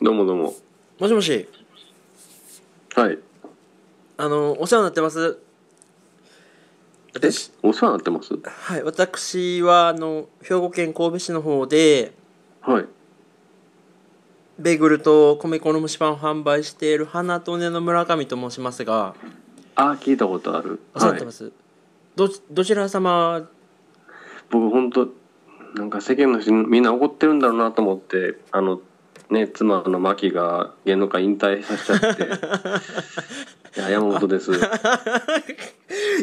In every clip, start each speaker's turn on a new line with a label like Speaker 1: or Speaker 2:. Speaker 1: どうもどうも。
Speaker 2: もしもし
Speaker 1: はい。
Speaker 2: あのお世話になってます
Speaker 1: え、お世話になってます
Speaker 2: はい私はあの兵庫県神戸市の方で
Speaker 1: はい。
Speaker 2: ベーグルと米粉の蒸しパンを販売している花と根の村上と申しますが
Speaker 1: あー、聞いたことある。
Speaker 2: お世話にな
Speaker 1: は
Speaker 2: っ
Speaker 1: い
Speaker 2: てま。す、どちどちら様
Speaker 1: 僕本当なんか世間の人みんな怒ってるんだろうなと思って、あの、ね、妻のマキが芸能界引退させちゃ って。いや、山本です。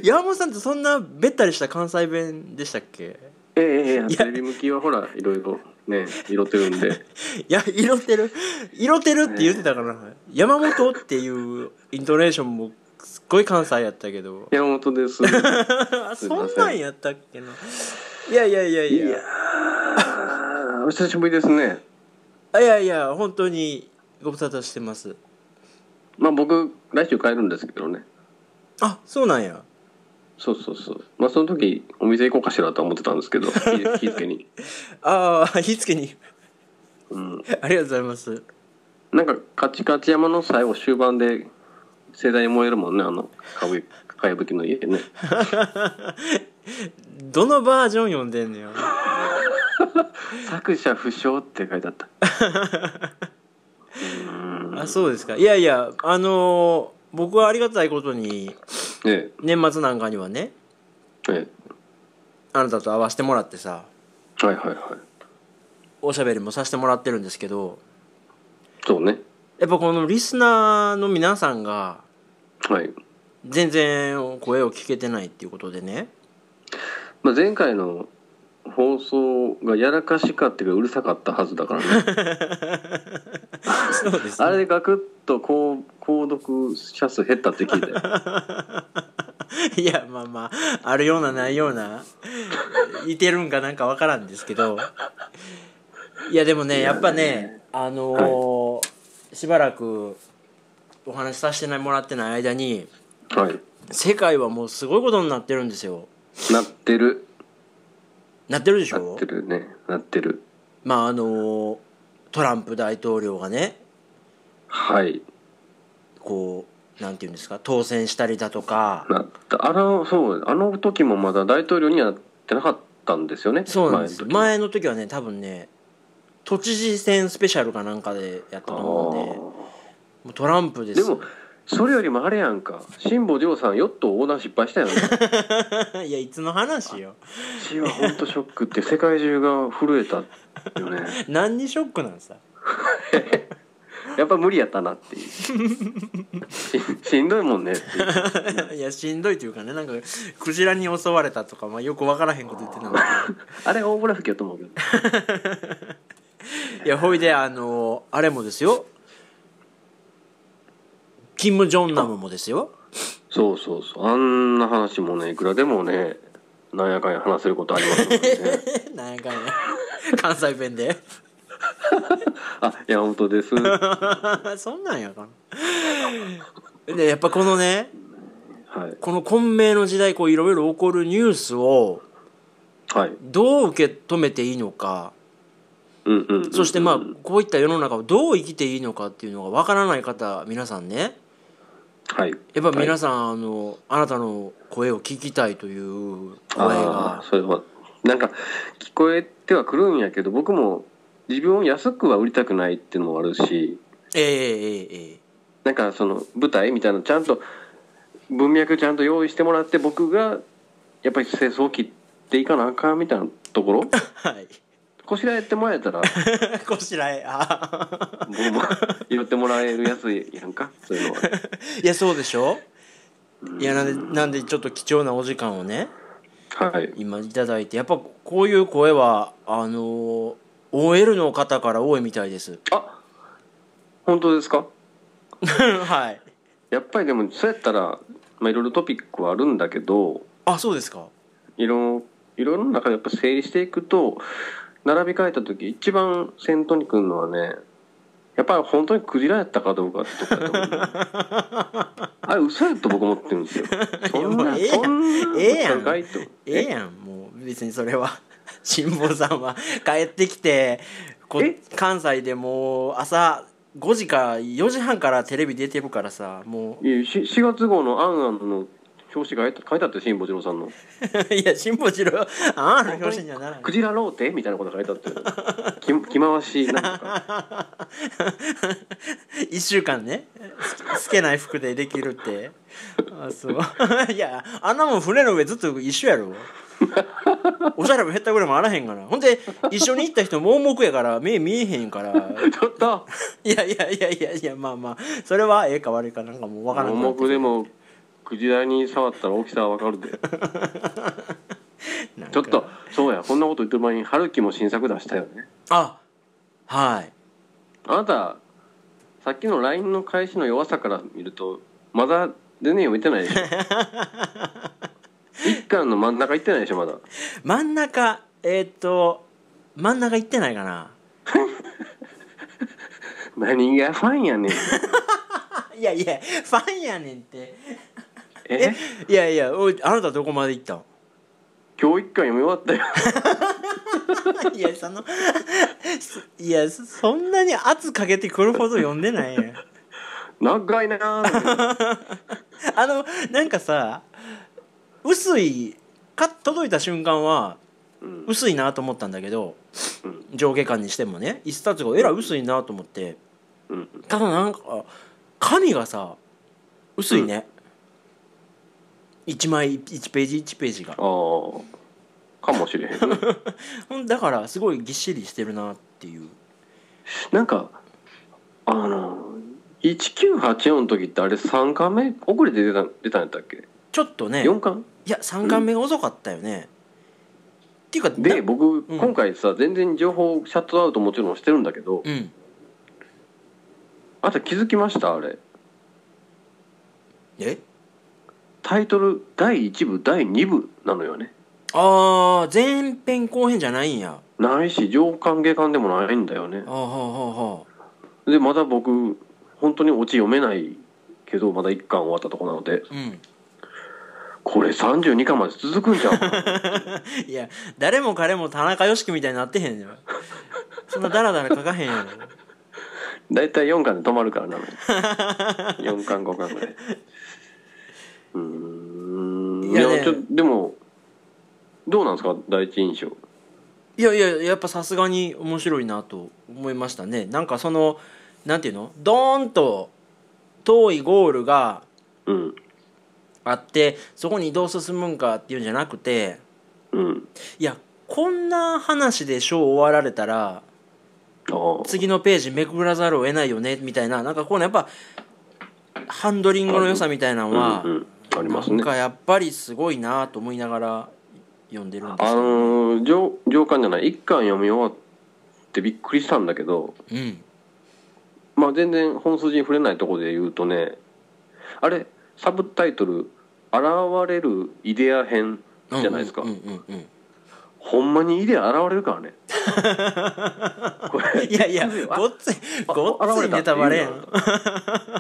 Speaker 2: 山本さんってそんなべったりした関西弁でしたっけ
Speaker 1: ええええテレビ向きはほら、いろいろね、色ってるんで。
Speaker 2: いや色てる色てるって言ってたから、山本っていうイントネーションもすっごい関西やったけど
Speaker 1: 山本です。い
Speaker 2: あ
Speaker 1: すいま
Speaker 2: そ
Speaker 1: せん
Speaker 2: んなんやったっけないやいやいやいや
Speaker 1: やー、お久しぶりですね。
Speaker 2: あいやいや本当にご無沙汰してます
Speaker 1: まあ僕、来週帰るんですけどね。
Speaker 2: あそうなんや
Speaker 1: そうそうそう。まあその時、お店行こうかしらとは思ってたんです けど、気気付けに。
Speaker 2: ああ火付けに
Speaker 1: うん。
Speaker 2: ありがとうございます
Speaker 1: なんか、カチカチ山の最後終盤で、盛大に燃えるもんね、あの、かぶかやぶきの家 ね。
Speaker 2: どのバージョン読んでんのよ
Speaker 1: 作者不詳って書いてあ った。うん。
Speaker 2: あそうですかいやいやあのー僕はありがたいことに
Speaker 1: え
Speaker 2: 年末なんかにはね
Speaker 1: え、え
Speaker 2: あなたと会わせてもらってさ
Speaker 1: え。はいはいはい。
Speaker 2: おしゃべりもさせてもらってるんですけど
Speaker 1: そうね。
Speaker 2: やっぱこのリスナーの皆さんが
Speaker 1: はい。
Speaker 2: 全然声を聞けてないっていうことでね
Speaker 1: まあ前回の放送がやらかしかっていうかうるさかったはずだからね。
Speaker 2: そうです
Speaker 1: あれでガクッと高購読者数減ったって聞いて。
Speaker 2: いやまあまああるようなないようないてるんかなんかわからんですけどいやでもねやっぱねあのーしばらくお話しさせてもらってない間に
Speaker 1: はい。
Speaker 2: 世界はもうすごいことになってるんですよ
Speaker 1: なってる。
Speaker 2: なってるでし
Speaker 1: なっ
Speaker 2: ょ
Speaker 1: てるね。なってる。
Speaker 2: まああのートランプ大統領がね
Speaker 1: はい。
Speaker 2: こうなんていうんですか当選したりだとか
Speaker 1: なった。あの、そう、あの時もまだ大統領にはなってなかったんですよね。
Speaker 2: そうなんです
Speaker 1: 前
Speaker 2: 前
Speaker 1: の時
Speaker 2: の時はね多分ね都知事選スペシャルかなんかでやったと思うんでもうトランプです
Speaker 1: でもそれよりもあれやんか。辛坊亮さん、ヨット横断失敗 したやん。
Speaker 2: いやいつの話よ
Speaker 1: 私は本当ショックって、世界中が震えたよね。
Speaker 2: 何にショックなんさ
Speaker 1: やっぱ無理やったなっていう。し しんどいもんねっていう。
Speaker 2: いやしんどいというかねなんかクジラに襲われたとか、まあ、よくわからへんこと言ってたんだ
Speaker 1: あれ大村吹きやと思うけど。
Speaker 2: けどいやほいであのあれもですよキム・ジョンナムもですよ
Speaker 1: そうそうそう。あんな話もね、いくらでもね、なんやかんや話せることありますもんね。
Speaker 2: え なんやかんや関西弁で
Speaker 1: あ、山本です。は
Speaker 2: そんなんやかなでやっぱこのね
Speaker 1: い。
Speaker 2: この混迷の時代こういろいろ起こるニュースを
Speaker 1: はい。
Speaker 2: どう受け止めていいのか
Speaker 1: うんうん、うん。
Speaker 2: そしてまあこういった世の中をどう生きていいのかっていうのがわからない方皆さんね
Speaker 1: はい。
Speaker 2: やっぱ皆
Speaker 1: さ
Speaker 2: さん、あのあなたの声を聞きたいという
Speaker 1: あ
Speaker 2: 声
Speaker 1: あー、
Speaker 2: が
Speaker 1: それは、なんか、聞こえてはくるんやけど、僕も自分を安くは売りたくないっていうのもあるし、
Speaker 2: ええええええ
Speaker 1: なんかその舞台みたいなのちゃんと文脈ちゃんと用意してもらって僕がやっぱり清掃を切っていかなあかんみたいなと ころ
Speaker 2: はい
Speaker 1: こしらえてもらえたら
Speaker 2: こしらえあ
Speaker 1: 僕も拾ってもらえるやつやんかそういうのは。
Speaker 2: ー いやそうでしょいやなんでなんでちょっと貴重なお時間をね
Speaker 1: はい、
Speaker 2: 今いただいてやっぱこういう声はあの OL の方から多いみたいです
Speaker 1: あ本当ですか
Speaker 2: はい
Speaker 1: やっぱりでもそうやったら、まあ、いろいろトピックはあるんだけど
Speaker 2: あそうですか
Speaker 1: いろいろの中でやっぱ整理していくと並び替えた時一番先頭に来るのはねやっぱり本当にクジラやったかどうかってとこやと思う あれ嘘やと僕思ってるんですよそんな
Speaker 2: もうええやん
Speaker 1: そんな
Speaker 2: ええやん
Speaker 1: 嘘かいと
Speaker 2: ええやんもう別にそれは 辛坊さんは帰ってきてこ
Speaker 1: え
Speaker 2: 関西でもう朝5時か4時半からテレビ出てるからさも
Speaker 1: いやし4月号の「あんあん」の表紙が書いて書いてあったよ辛坊治郎さんの
Speaker 2: う いや辛抱しろあんあの表紙にはなら
Speaker 1: 「
Speaker 2: ない
Speaker 1: クジラローテ」みたいなこと書いてあったよ き着回しなんとか
Speaker 2: 1週間ね 透けない服でできるってあそう いやあんなもん船の上ずっと一緒 やろおしゃれも減ったぐらいもあらへんからほんで一緒に行った人盲目やから目見えへんから
Speaker 1: ちょっと
Speaker 2: いやいやいやいやいやまあまあそれはええか悪いかなんかもうわからんくな
Speaker 1: 盲
Speaker 2: ってく
Speaker 1: 目
Speaker 2: る
Speaker 1: でもクジラに触ったら大きさはわかる で
Speaker 2: なんか
Speaker 1: ちょっとそうやこんなこと言ってる前に春樹も新作出したよね
Speaker 2: あはい
Speaker 1: あなたさっきの LINE の返しの弱さから見るとまだ全然読めてない でしょ一巻の真ん中行ってないでしょまだ
Speaker 2: 真ん中えーっと真ん中行ってないかな
Speaker 1: 何がファンやねん
Speaker 2: いやいやファンやねんって
Speaker 1: え
Speaker 2: いやいやおいあなたどこまで行ったん
Speaker 1: 今日一巻読み終わったよ
Speaker 2: いやその いやそそんなに圧かけてくるほど読んでないやん
Speaker 1: 長いなー
Speaker 2: あのなんかさ薄いか届いた瞬間は
Speaker 1: うん
Speaker 2: 薄いなと思ったんだけど
Speaker 1: うん
Speaker 2: 上下巻にしてもね一冊がえらい薄いなと思って
Speaker 1: うん
Speaker 2: ただなんか紙がさ薄いね、一1枚1ページ1ページが
Speaker 1: あーかもしれへんね
Speaker 2: ほんだからすごいぎっしりしてるなっていう
Speaker 1: なんかあの1984の時ってあれ3巻目遅れて出た出たんやったっけ
Speaker 2: ちょっとね
Speaker 1: 4巻
Speaker 2: いや3巻目が遅かったよね、っていうか
Speaker 1: で
Speaker 2: な
Speaker 1: 僕
Speaker 2: うん
Speaker 1: 今回さ全然情報シャットアウトもちろんしてるんだけど
Speaker 2: うん
Speaker 1: あと気づきましたあれ
Speaker 2: え
Speaker 1: タイトル第1部第2部なのよね
Speaker 2: ああ前編後編じゃないんや
Speaker 1: ないし上巻下巻でもないんだよね
Speaker 2: あーはあは
Speaker 1: でまだ僕本当にオチ読めないけどまだ1巻終わったとこなので
Speaker 2: あはあうん
Speaker 1: これ32巻まで続くんじゃん
Speaker 2: いや誰も彼も田中良樹みたいになってへんよそんなダラダラ書かへんやろ
Speaker 1: 大体4巻で止まるからなの 4巻5巻ぐらいうーん
Speaker 2: い
Speaker 1: い
Speaker 2: や
Speaker 1: や,、
Speaker 2: ね
Speaker 1: ちょでもどうなんですか第一印象
Speaker 2: いやいややっぱさすがに面白いなと思いましたねなんかそのなんていうのドーンと遠いゴールが
Speaker 1: うん
Speaker 2: あってそこにどう進むんかっていうんじゃなくて
Speaker 1: うん
Speaker 2: いやこんな話でショー終わられたら
Speaker 1: ああ
Speaker 2: 次のページめくらざるを得ないよねみたいななんかこうねやっぱハンドリングの良さみたいなのは、
Speaker 1: うんうん、あります
Speaker 2: な
Speaker 1: ね
Speaker 2: んかやっぱりすごいなと思いながら読んでるんです
Speaker 1: あ
Speaker 2: よ、
Speaker 1: のー上上巻じゃない1巻読み終わってびっくりしたんだけど
Speaker 2: うん
Speaker 1: まあ全然本筋に触れないところで言うとねあれサブタイトル「現れるイデア編」
Speaker 2: うん
Speaker 1: じゃないですか、
Speaker 2: うんうんうん
Speaker 1: ほんまにイデア現れるから ねこれ
Speaker 2: いやいや
Speaker 1: あ
Speaker 2: ごっつい
Speaker 1: あ
Speaker 2: ごっついネタバレや
Speaker 1: 現れ
Speaker 2: ん
Speaker 1: たっていうの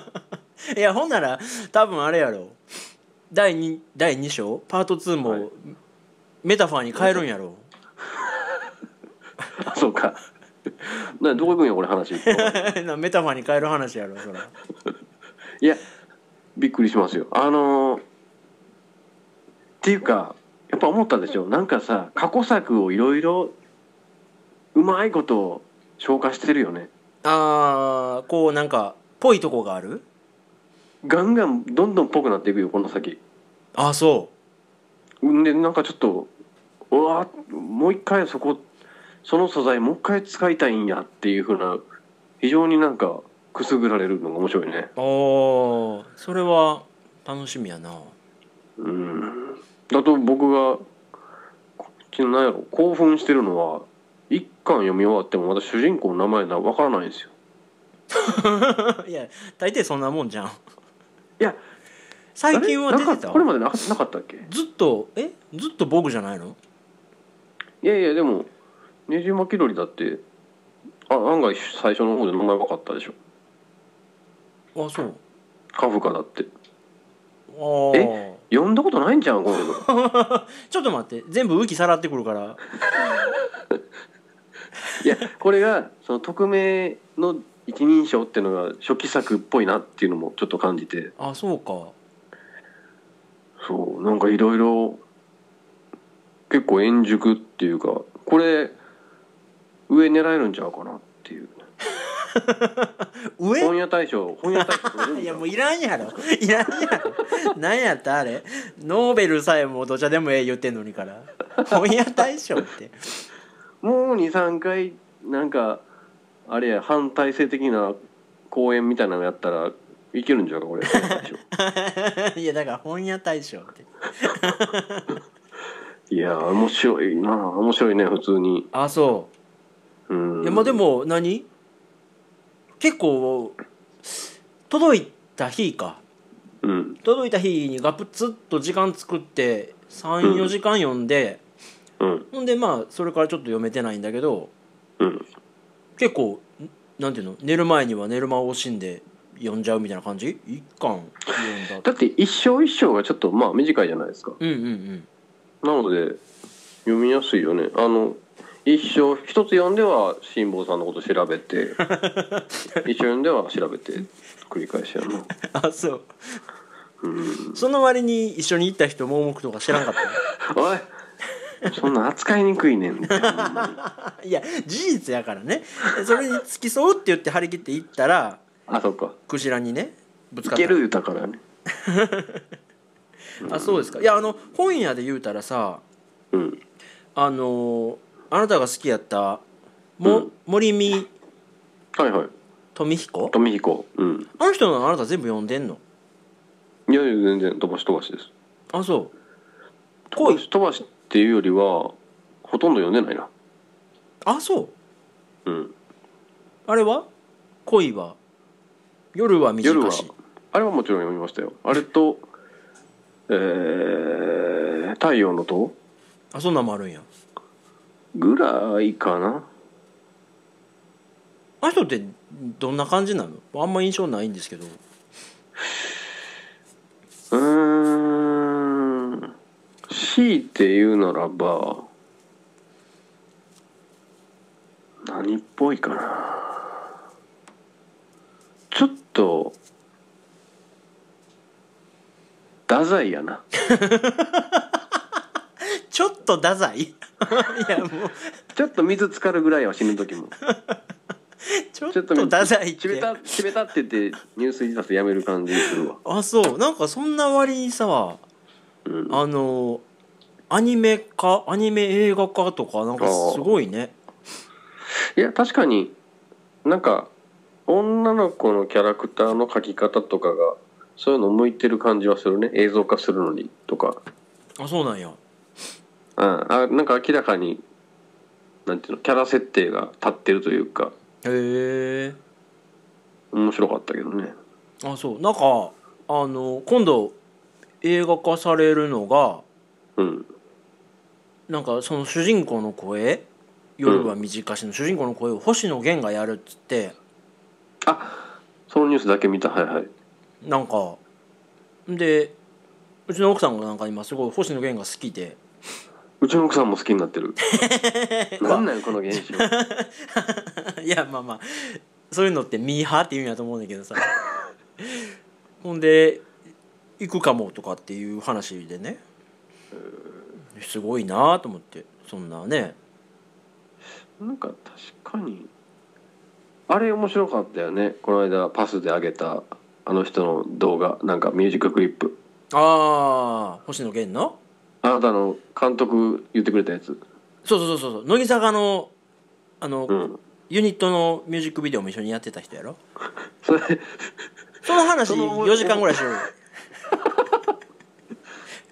Speaker 1: が
Speaker 2: いやほんなら多分あれやろ第 2, 第2章パート2も、
Speaker 1: はい
Speaker 2: メタファーに変えるんやろ
Speaker 1: あ そうかなどこ行くんや俺話
Speaker 2: なメタファーに変える話やろそら
Speaker 1: いやびっくりしますよあのーっていうかやっぱ思ったでしょなんかさ過去作をいろいろうまいこと消化してるよね
Speaker 2: あーこうなんかぽいとこがある
Speaker 1: ガンガンどんどんぽくなっていくよこの先
Speaker 2: あそ
Speaker 1: んでなんかちょっとうわもう一回そこその素材もう一回使いたいんやっていうふうな非常になんかくすぐられるのが面白いね
Speaker 2: うおーそれは楽しみやな
Speaker 1: うんだと僕が昨日何やろ興奮してるのは一巻読み終わってもまだ主人公の名前なわからないんですよ
Speaker 2: いや大抵そんなもんじゃんい
Speaker 1: や
Speaker 2: 最近は
Speaker 1: あれ
Speaker 2: 出
Speaker 1: な
Speaker 2: て
Speaker 1: ん
Speaker 2: た
Speaker 1: かこれまでなかなかったっけ
Speaker 2: ずっとえずっと僕じゃないの
Speaker 1: いやいやでもねじ巻き鳥だってあ案外最初の方で名前分かったでしょ
Speaker 2: あそう
Speaker 1: カフカだって
Speaker 2: ああ
Speaker 1: 読んだことないんじゃんこの人
Speaker 2: ちょっと待って全部浮きさらってくるから
Speaker 1: いやこれがその匿名の一人称っていうのが初期作っぽいなっていうのもちょっと感じて
Speaker 2: あそうか
Speaker 1: そうなんかいろいろ結構円熟っていうかこれ上狙えるんちゃうかなっていう
Speaker 2: 上
Speaker 1: 本屋大賞本屋大賞取れるん
Speaker 2: い
Speaker 1: ちゃ
Speaker 2: や
Speaker 1: う
Speaker 2: もういらんやろいらんやろなんやったあれノーベルさえもどちゃでもええ言ってんのにから本屋大賞って
Speaker 1: もう23回なんかあれや反体制的な公演みたいなのやったらいけるんちゃうかこ れ
Speaker 2: いやだから本屋大賞って
Speaker 1: いやー面白いな面白いね普通に
Speaker 2: あそううんいやまあでも何結構届いた日か
Speaker 1: うん
Speaker 2: 届いた日にガプツッと時間作って
Speaker 1: う
Speaker 2: 34
Speaker 1: ん
Speaker 2: 時間読んで、
Speaker 1: うん
Speaker 2: ほんでまあそれからちょっと読めてないんだけど
Speaker 1: うん
Speaker 2: 結構んなんていうの寝る前には寝る間を惜しんで読んじゃうみたいな感じ一巻読ん
Speaker 1: だ
Speaker 2: だ
Speaker 1: って一章一章がちょっとまあ短いじゃないですか
Speaker 2: うんうんうん
Speaker 1: なので読みやすいよねあの一章一つ読んでは辛坊さんのこと調べて一章読んでは調べて繰り返しやな
Speaker 2: あそう
Speaker 1: うん
Speaker 2: その割に一緒に行った人盲目とか知らんかった
Speaker 1: おいそんな扱いにくいねんって
Speaker 2: いや事実やからねそれに付き添うって言って張り切って行ったら
Speaker 1: あそっか
Speaker 2: クジラにねぶつ
Speaker 1: い
Speaker 2: かった
Speaker 1: ける言うたからね
Speaker 2: あそうですかいやあの本屋で言うたらさ
Speaker 1: うん
Speaker 2: あのーあなたが好きやったも、
Speaker 1: うん
Speaker 2: 森見
Speaker 1: はいはい
Speaker 2: 富彦
Speaker 1: 富彦うん
Speaker 2: あの人のあなた全部読んでんの
Speaker 1: いやいや全然飛ばし飛ばしです
Speaker 2: あそう
Speaker 1: 飛
Speaker 2: 恋
Speaker 1: ばし飛ばしっていうよりはほとんど読んでないな
Speaker 2: あそう
Speaker 1: うん
Speaker 2: あれは恋は夜は
Speaker 1: 夜
Speaker 2: 短
Speaker 1: は
Speaker 2: し
Speaker 1: あれはもちろん読みましたよあれとえー、太陽の塔
Speaker 2: あそんなんもあるんや
Speaker 1: ぐらいかな
Speaker 2: あの人ってどんな感じなのあんま印象ないんですけど
Speaker 1: うーん強いて言うならば何っぽいかなちょっと太宰やな
Speaker 2: ちょっと太宰 いやもう
Speaker 1: ちょっと水浸かるぐらいは死ぬ時も
Speaker 2: ちょっ
Speaker 1: ちょ
Speaker 2: と
Speaker 1: っと
Speaker 2: 太宰っ
Speaker 1: 決め
Speaker 2: て
Speaker 1: た決めたって言ってニュース自殺やめる感じするわ
Speaker 2: あそうなんかそんな割にさ
Speaker 1: うん
Speaker 2: あのアニメ化アニメ映画化とかなんかすごいね
Speaker 1: いや確かになんか女の子のキャラクターの描き方とかがそういうの向いてる感じはするね映像化するのにとか、
Speaker 2: あそうなんや
Speaker 1: うん、あなんか明らかになんていうのキャラ設定が立ってるというか
Speaker 2: へえ
Speaker 1: 面白かったけどね
Speaker 2: あそうなんかあの今度映画化されるのが
Speaker 1: うん
Speaker 2: なんかその主人公の声夜は短しの主人公の声を星野源がやるっつって
Speaker 1: あそのニュースだけ見たはいはい
Speaker 2: なんかでうちの奥さんがなんか今すごい星野源が好きで
Speaker 1: うちの奥さんも好きになって るなんなんこの現象
Speaker 2: いやまあまあそういうのってミーハーって言うんやと思うんだけどさほんで行くかもとかっていう話でねすごいなと思ってそんなね
Speaker 1: なんか確かにあれ面白かったよねこの間パスで上げたあの人の動画なんかミュージッククリップ
Speaker 2: ああ星野源の
Speaker 1: あなたの監督言ってくれたやつ
Speaker 2: そうそうそうそう乃木坂のあの、
Speaker 1: うん
Speaker 2: ユニットのミュージックビデオも一緒にやってた人 やろ
Speaker 1: それ
Speaker 2: その話
Speaker 1: その思い
Speaker 2: 4時間ぐらいしろ よ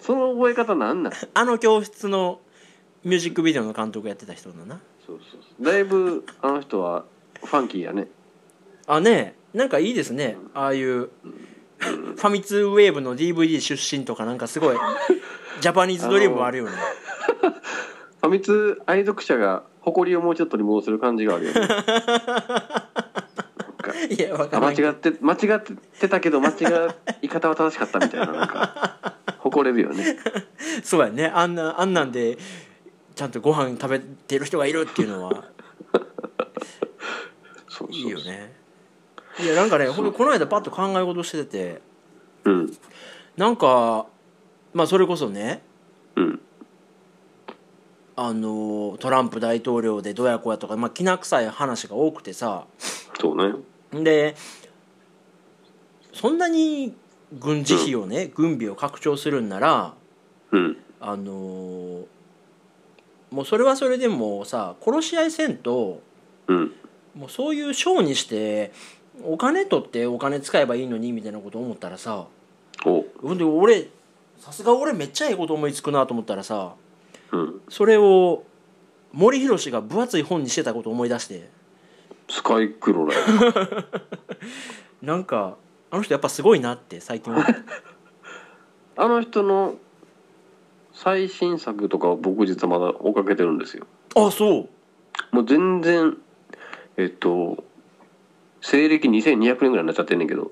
Speaker 1: その覚え方なんなんそう
Speaker 2: あの教室のミュージックビデオの監督やってた人だな
Speaker 1: そうそうだいぶあの人はファンキーやね
Speaker 2: あねなんかいいですねああいうファミツウェーブの DVD 出身とかなんか すごいジャパニーズドリームもあるよね
Speaker 1: ファミ通愛読者が誇りをもうちょっとに戻する感じがあるよねなんか
Speaker 2: いやわか
Speaker 1: あ
Speaker 2: んな
Speaker 1: 間
Speaker 2: いけど
Speaker 1: 違って間違ってたけど間違い方は正しかったみたいななんか誇れるよね
Speaker 2: そうやねあんなあんなんでちゃんとご飯食べてる人がいるっていうのは
Speaker 1: そうそうそう
Speaker 2: いいよねいやなんかねほんとこの間パッと考え事してて
Speaker 1: うん
Speaker 2: なんかまあそれこそね
Speaker 1: うん
Speaker 2: あのトランプ大統領でどうやこうやとか、まあ、きな臭い話が多くてさ
Speaker 1: そうね
Speaker 2: でそんなに軍事費をね、軍備を拡張するんなら
Speaker 1: うん
Speaker 2: あのもうそれはそれでもうさ殺し合いせんと
Speaker 1: うん
Speaker 2: もうそういうショーにしてお金取ってお金使えばいいのにみたいなこと思ったらさ
Speaker 1: お
Speaker 2: ほんで俺さすが俺めっちゃええこと思いつくなと思ったらさ
Speaker 1: うん
Speaker 2: それを森博が分厚い本にしてたこと思い出して
Speaker 1: スカイクロラや
Speaker 2: なんかあの人やっぱすごいなって最近思った
Speaker 1: あの人の最新作とかを僕実はまだ追っかけてるんですよ
Speaker 2: あそう
Speaker 1: もう全然えっと西暦2200年ぐらいになっちゃってんねんけど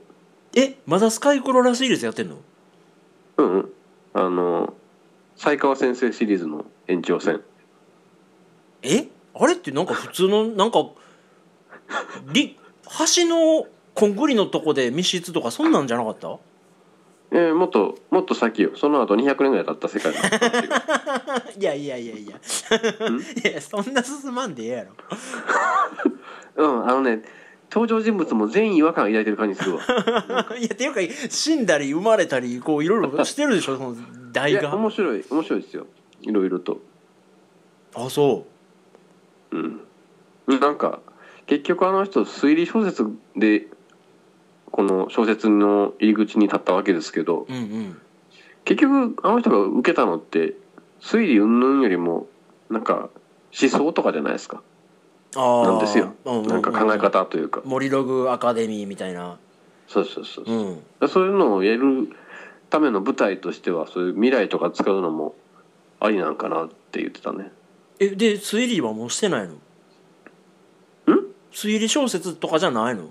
Speaker 2: えまだスカイクロラシリーズやってんの
Speaker 1: うんうんあの才川先生シリーズの延長戦
Speaker 2: えあれってなんか普通のなんかり橋のこんぐりのとこで密室とかそんなんじゃなかった
Speaker 1: えー、もっともっと先よその後200年ぐらい経った世界の話が
Speaker 2: いやいやいやいや いやそんな進まんでええやろ
Speaker 1: う んあのね登場人物も全員違和感抱いてる感じするわ
Speaker 2: いやっていうか死んだり生まれたりこういろいろしてるでしょその
Speaker 1: い
Speaker 2: 代
Speaker 1: や
Speaker 2: が
Speaker 1: 面白い面白いですよいろいろと
Speaker 2: あそ
Speaker 1: うんなんか結局あの人推理小説でこの小説の入り口に立ったわけですけど
Speaker 2: ううんうん
Speaker 1: 結局あの人が受けたのって推理云々よりもなんか思想とかじゃないですか
Speaker 2: ああ
Speaker 1: なんですよ
Speaker 2: ううう
Speaker 1: なんか考え方というか
Speaker 2: モリログアカデミーみたいな
Speaker 1: そうそうそう
Speaker 2: うん
Speaker 1: そういうのをやるための舞台としてはそういう未来とか使うのもありなんかなって言ってたね
Speaker 2: えで推理はもうしてないのん推理小説とかじゃないの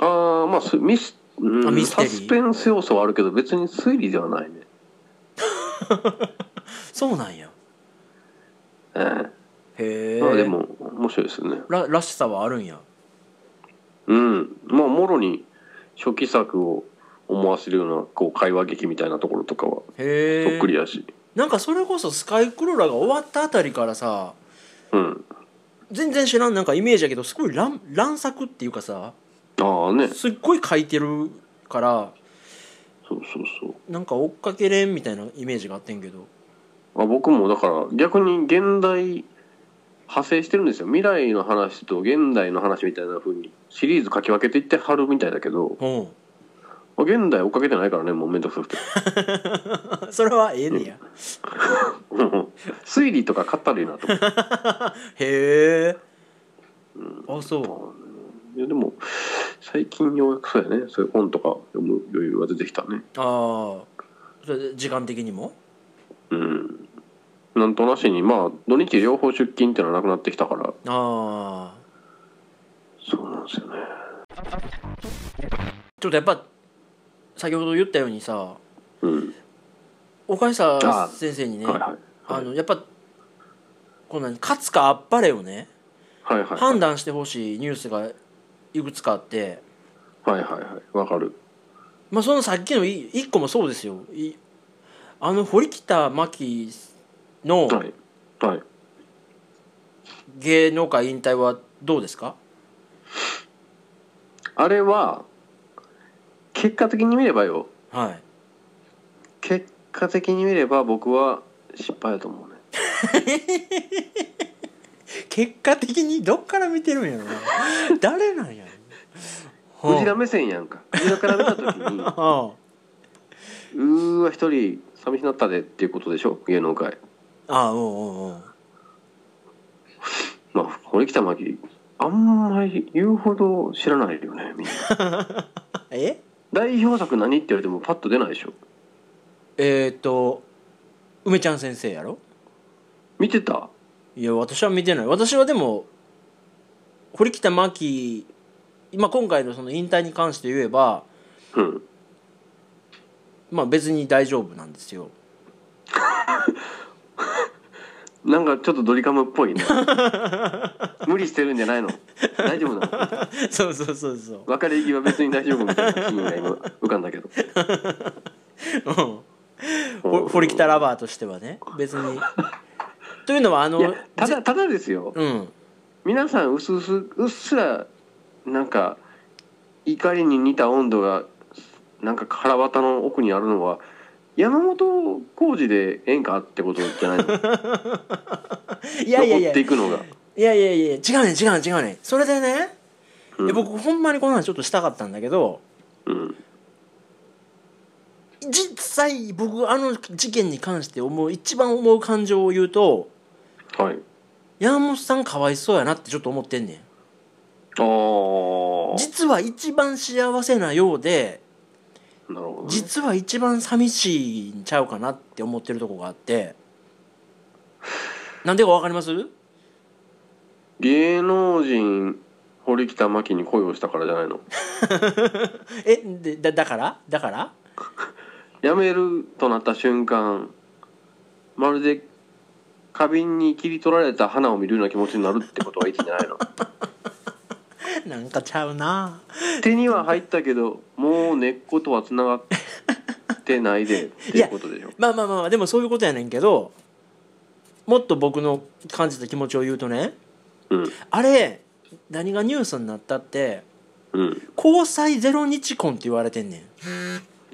Speaker 1: ああまあすミス、う
Speaker 2: あ
Speaker 1: ん、
Speaker 2: ミステ
Speaker 1: サ
Speaker 2: リー
Speaker 1: スペンス要素はあるけど別に推理ではないね
Speaker 2: そうなんや
Speaker 1: ええ
Speaker 2: へえ
Speaker 1: まあでも面白いですよね
Speaker 2: ららしさはあるんや
Speaker 1: うんまあもろに初期作を思わせるようなこう会話劇みたいなところとかは
Speaker 2: へえ
Speaker 1: そっくりやし、
Speaker 2: なんかそれこそスカイクロラが終わったあたりからさ
Speaker 1: うん
Speaker 2: 全然知らんなんかイメージやけどすごい乱乱作っていうかさ
Speaker 1: ああね
Speaker 2: すっごい書いてるから
Speaker 1: そうそうそう
Speaker 2: なんか追っかけれんみたいなイメージがあってんけど
Speaker 1: あ僕もだから逆に現代派生してるんですよ未来の話と現代の話みたいな風にシリーズ書き分けていってはるみたいだけど
Speaker 2: うん
Speaker 1: まあ現代追っかけてないからねもう面倒くさくて
Speaker 2: それはええねや
Speaker 1: うん推理とかかったらいいなと思って
Speaker 2: へえあそ
Speaker 1: いやでも最近ようやくそうやねそういう本とか読む余裕が出てきたね
Speaker 2: うああそれで時間的にも
Speaker 1: うんなんとなしにまあ土日両方出勤っていうのはなくなってきたから
Speaker 2: ああ
Speaker 1: そうなんですよね
Speaker 2: ちょっとやっぱ先ほど言ったようにさ
Speaker 1: うん
Speaker 2: 岡下
Speaker 1: あ
Speaker 2: 先生にね
Speaker 1: はいはい
Speaker 2: あのやっぱこんなに勝つかあっぱれをね
Speaker 1: はいはいはい
Speaker 2: 判断してほしいニュースがいくつかあって、
Speaker 1: はいはいはいわかる
Speaker 2: まあ、そのさっきのい一個もそうですよいあの堀北真希の
Speaker 1: はいはい
Speaker 2: 芸能界引退はどうですか
Speaker 1: あれは結果的に見ればよ
Speaker 2: はい
Speaker 1: 結果的に見れば僕は失敗だと思うね
Speaker 2: 結果的にどっから見てるん やろな誰なんやろ
Speaker 1: 藤田目線やんか藤田から見た時に
Speaker 2: あ
Speaker 1: うーわ一人寂しなったでっていうことでしょ芸能界
Speaker 2: あうんうんうん
Speaker 1: まあ堀北真希あんまり言うほど知らないよねみんな
Speaker 2: え
Speaker 1: 代表作何って言われてもパッと出ないでしょ
Speaker 2: えっ、ー、と梅ちゃん先生やろ
Speaker 1: 見てた
Speaker 2: いや私は見てない私はでも堀北真希今今回のその引退に関して言えば
Speaker 1: うん
Speaker 2: まあ別に大丈夫なんですよ
Speaker 1: なんかちょっとドリカムっぽいね無理してるんじゃないの大丈夫なの
Speaker 2: そうそうそうそう
Speaker 1: 別れ際別に大丈夫みたいなシーンが今浮かんだけど
Speaker 2: うんほ堀北ラバーとしてはね別 にというのはあの
Speaker 1: いやただただですよ
Speaker 2: うん
Speaker 1: 皆さんうすうすうっすらなんか怒りに似た温度がなんか腹渡の奥にあるのは山本浩二で演歌ってことじゃないの
Speaker 2: いやいやい
Speaker 1: 残
Speaker 2: や
Speaker 1: っていくのが
Speaker 2: いやいやいや違うね違うね違うねそれでね、
Speaker 1: うん
Speaker 2: いや僕ほんまにこの話ちょっとしたかったんだけど
Speaker 1: うん
Speaker 2: 実際僕あの事件に関して思う一番思う感情を言うと
Speaker 1: はい
Speaker 2: 山本さんかわいそうやなってちょっと思ってんね
Speaker 1: ああ
Speaker 2: ん実は一番幸せなようで
Speaker 1: なるほどね、
Speaker 2: 実は一番寂しいんちゃうかなって思ってるとこがあってなんでかわかります
Speaker 1: 芸能人堀北真希に恋をしたからじゃないの
Speaker 2: えでだだからだから
Speaker 1: 辞めるとなった瞬間まるで花瓶に切り取られた花を見るような気持ちになるってことはいいんじゃ ないの
Speaker 2: なんかちゃうな
Speaker 1: 手には入ったけどもう根っことはつながってないでっていうことでしょ
Speaker 2: まあまあまあまあでもそういうことやねんけどもっと僕の感じた気持ちを言うとね
Speaker 1: うん
Speaker 2: あれ何がニュースになったって
Speaker 1: うん
Speaker 2: 交際ゼロ日婚って言われてんねん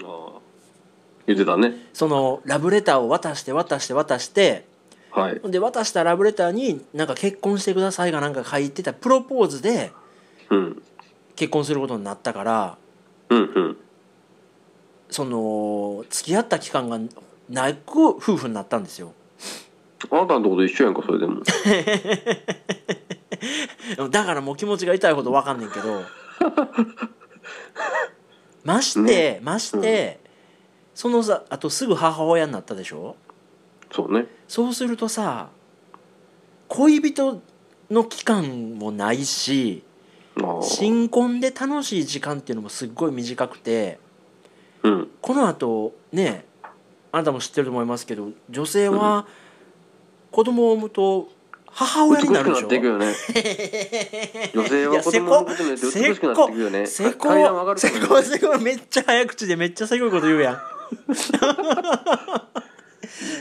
Speaker 1: ああ言ってたね
Speaker 2: そのラブレターを渡して渡して渡して
Speaker 1: はい
Speaker 2: ほんで渡したラブレターになんか結婚してくださいがなんか書いてたプロポーズで
Speaker 1: うん
Speaker 2: 結婚することになったから
Speaker 1: うんうん
Speaker 2: その付き合った期間がなく夫婦になったんですよ
Speaker 1: あなたのとこと一緒やんかそれでも
Speaker 2: だからもう気持ちが痛いほど分かんねんけどまして、まして、そのさあとすぐ母親になったでしょ
Speaker 1: そうね
Speaker 2: そうするとさ恋人の期間もないし
Speaker 1: ああ
Speaker 2: 新婚で楽しい時間っていうのもすっごい短くて
Speaker 1: うん
Speaker 2: このあとねあなたも知ってると思いますけど女性は子供を産むと母
Speaker 1: 美
Speaker 2: 親
Speaker 1: し
Speaker 2: に
Speaker 1: く
Speaker 2: なる
Speaker 1: な
Speaker 2: でし
Speaker 1: っ
Speaker 2: ょ
Speaker 1: ていくよね 女性
Speaker 2: い
Speaker 1: は
Speaker 2: や
Speaker 1: 子
Speaker 2: せ
Speaker 1: 供の
Speaker 2: こ
Speaker 1: ことによって
Speaker 2: せ
Speaker 1: 美
Speaker 2: っ
Speaker 1: しくなって
Speaker 2: こ
Speaker 1: いくよね
Speaker 2: せこ
Speaker 1: 階段上がるか
Speaker 2: せ
Speaker 1: らね
Speaker 2: こせこめっちゃ早口でめっちゃせこいこと 言うやん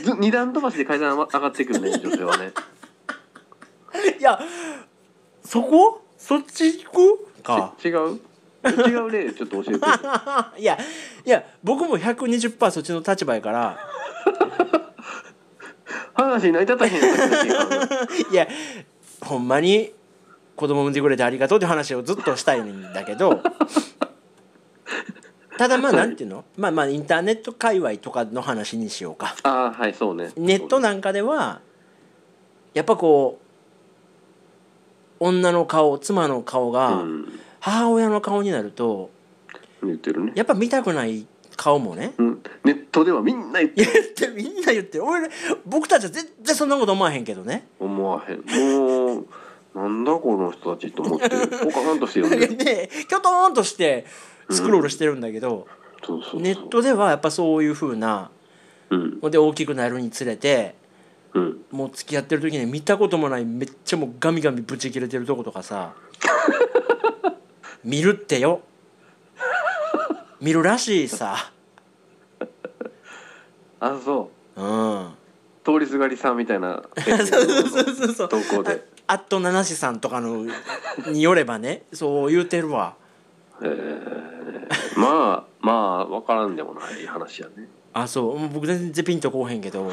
Speaker 1: ず二段飛ばしで階段上がっていく よね女性はね
Speaker 2: いやそこそっち行くか
Speaker 1: ち違う違う例ちょっと教えて
Speaker 2: いやいや僕も120%そっちの立場やから
Speaker 1: 話成り立たへんやんか
Speaker 2: いやほんまに子供産んでくれてありがとうって話をずっとしたいんだ けどただまあなんていうのまあまあインターネット界隈とかの話にしようか
Speaker 1: ああはいそうね
Speaker 2: ネットなんかではやっぱこう女の顔妻の顔
Speaker 1: う
Speaker 2: が
Speaker 1: ん
Speaker 2: 母親の顔になると
Speaker 1: 言ってるね
Speaker 2: やっぱ見たくない顔もね
Speaker 1: うんネットではみんな言って
Speaker 2: 言ってみんな言ってる俺僕たちは絶対そんなこと思わへんけどね
Speaker 1: 思わへんもうなんだこの人たちと思っておかんとして呼んでる
Speaker 2: できょとーんとしてスクロールしてるんだけど、
Speaker 1: そうそうそう
Speaker 2: ネットではやっぱそういう風な
Speaker 1: うん
Speaker 2: で大きくなるにつれて
Speaker 1: うん
Speaker 2: もう付き合ってる時に見たこともないめっちゃもうガミガミブチ切れてるとことか さ見るってよ見るらしいさ
Speaker 1: あそ
Speaker 2: うん
Speaker 1: う通りすがりさんみたいな
Speaker 2: そうそうそう
Speaker 1: 投稿で
Speaker 2: あっとななしさんとかのによればねそう言うてるわ
Speaker 1: えーまあまあわからんでもない話やね
Speaker 2: あそうもう僕全然ピンとこうへんけ ど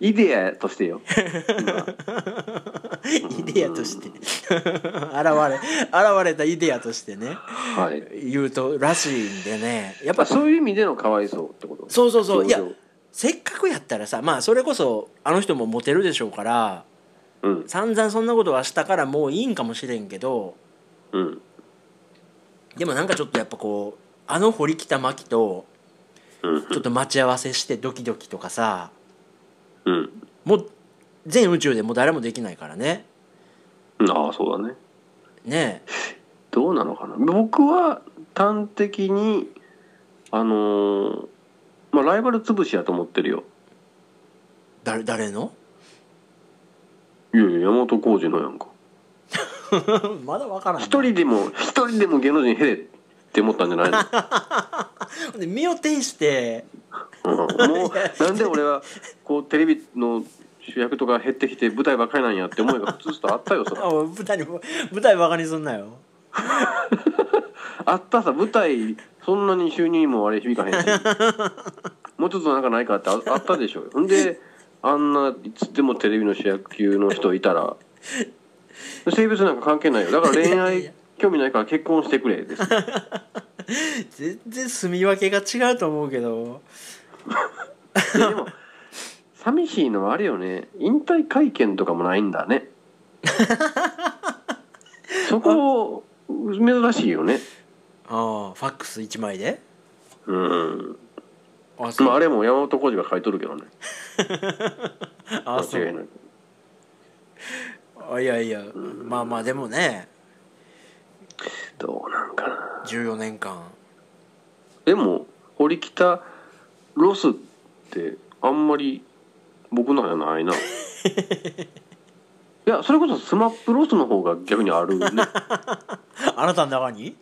Speaker 1: イデアとしてよ
Speaker 2: イデアとして 現れ現れたイデアとしてね
Speaker 1: はい
Speaker 2: 言うとらしいんでねやっ
Speaker 1: まあ
Speaker 2: ぱ
Speaker 1: そういう意味でのかわいそうってこと
Speaker 2: そうそうそういや
Speaker 1: 表
Speaker 2: せっかくやったらさまあそれこそあの人もモテるでしょうから
Speaker 1: 情うん
Speaker 2: 散々そんなことはしたからもういいんかもしれんけど
Speaker 1: うん
Speaker 2: でもなんかちょっとやっぱこうあの堀北真希と
Speaker 1: うん
Speaker 2: ちょっと待ち合わせしてドキドキとかさ
Speaker 1: うん
Speaker 2: もう全宇宙でもう誰もできないからね
Speaker 1: うんああそうだね
Speaker 2: ね
Speaker 1: どうなのかな僕は端的にあのーまあライバル潰しやと思ってるよ
Speaker 2: 誰誰の
Speaker 1: いやいや山本浩二のやんか
Speaker 2: まだわからんな
Speaker 1: 一人でも一人でも芸能人へれって思ったんじゃないの
Speaker 2: で身を挺して
Speaker 1: うんもうなんで俺はこうテレビの主役とか減ってきて舞台ばっかりなんやって思いが普通とあったよそれ
Speaker 2: あ舞台に舞台バカにすんなよ
Speaker 1: あったさ舞台そんなに収入もあれ響かへんしもうちょっとなんかないかってああったでしょほんであんないつでもテレビの主役級の人いたら性別なんか関係ないよだから恋
Speaker 2: いやいや
Speaker 1: 愛興味ないから結婚してくれです
Speaker 2: 全然住み分けが違うと思うけど
Speaker 1: ででも寂しいのはあれよね引退会見とかもないんだ ねそこ珍しいよね
Speaker 2: ああファックス1枚で
Speaker 1: うん
Speaker 2: あそう
Speaker 1: まああれも山本浩二が書いとるけどね
Speaker 2: あそ
Speaker 1: 間違いうない
Speaker 2: あいやいやまあまあでもね
Speaker 1: どうなんかな
Speaker 2: 14年間
Speaker 1: でも堀北ロスってあんまり僕のは ないないやそれこそスマップロスの方が逆にあ るね、うん、だか
Speaker 2: あなたの中に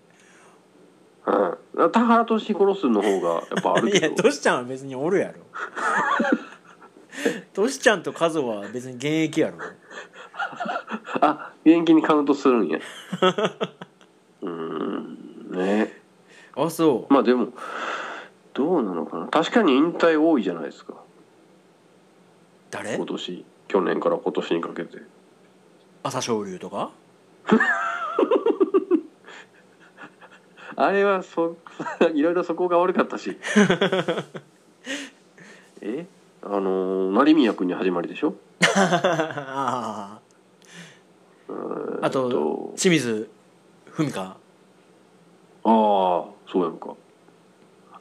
Speaker 1: ら田原俊彦ロスの方がやっぱある
Speaker 2: い
Speaker 1: け
Speaker 2: や
Speaker 1: ど
Speaker 2: トシちゃんは別におる やろトシちゃんとカズは別に現役やろ
Speaker 1: あ元気にカウントするんやうーんね
Speaker 2: あそう
Speaker 1: まあでもどうなのかな確かに引退多いじゃないですか
Speaker 2: 誰
Speaker 1: 今年去年から今年にかけて
Speaker 2: 朝青龍 とか
Speaker 1: あれはそ いろいろそこが悪かったしえあのー成宮君に始まりでしょ
Speaker 2: あ
Speaker 1: うーん
Speaker 2: あと清水 文香
Speaker 1: ああそうやんか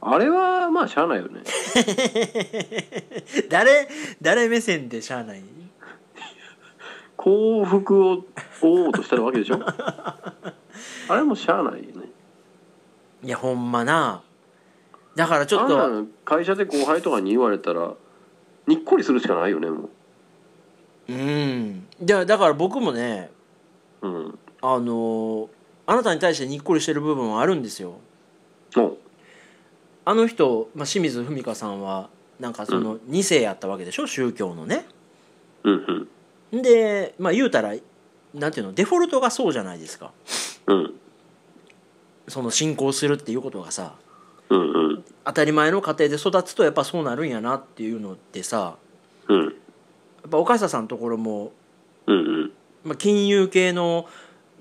Speaker 1: あれはまあしゃあないよね
Speaker 2: 誰誰目線でしゃあない
Speaker 1: 幸福を追おうとしてるわけでし ょあれもしゃあないよね
Speaker 2: いやほんまなだからちょっ
Speaker 1: あん
Speaker 2: と
Speaker 1: なの会社で後輩とかに言われたらにっこりするしかないよねも
Speaker 2: うんだだから僕もね
Speaker 1: ううん
Speaker 2: あのあなたに対してにっこりしてる部分はあるんですよ
Speaker 1: お
Speaker 2: あの人、まあ、清水文香さんはなんかその2世やったわけでしょ宗教のね
Speaker 1: うんうん
Speaker 2: でまあ言うたらなんていうのデフォルトがそうじゃないですか
Speaker 1: うん
Speaker 2: その信仰するっていうことがさ
Speaker 1: うんうん
Speaker 2: 当たり前の家庭で育つとやっぱそうなるんやなっていうのってさ
Speaker 1: うん
Speaker 2: やっぱ岡下さんのところも、
Speaker 1: うんうん
Speaker 2: まあ、金融系の、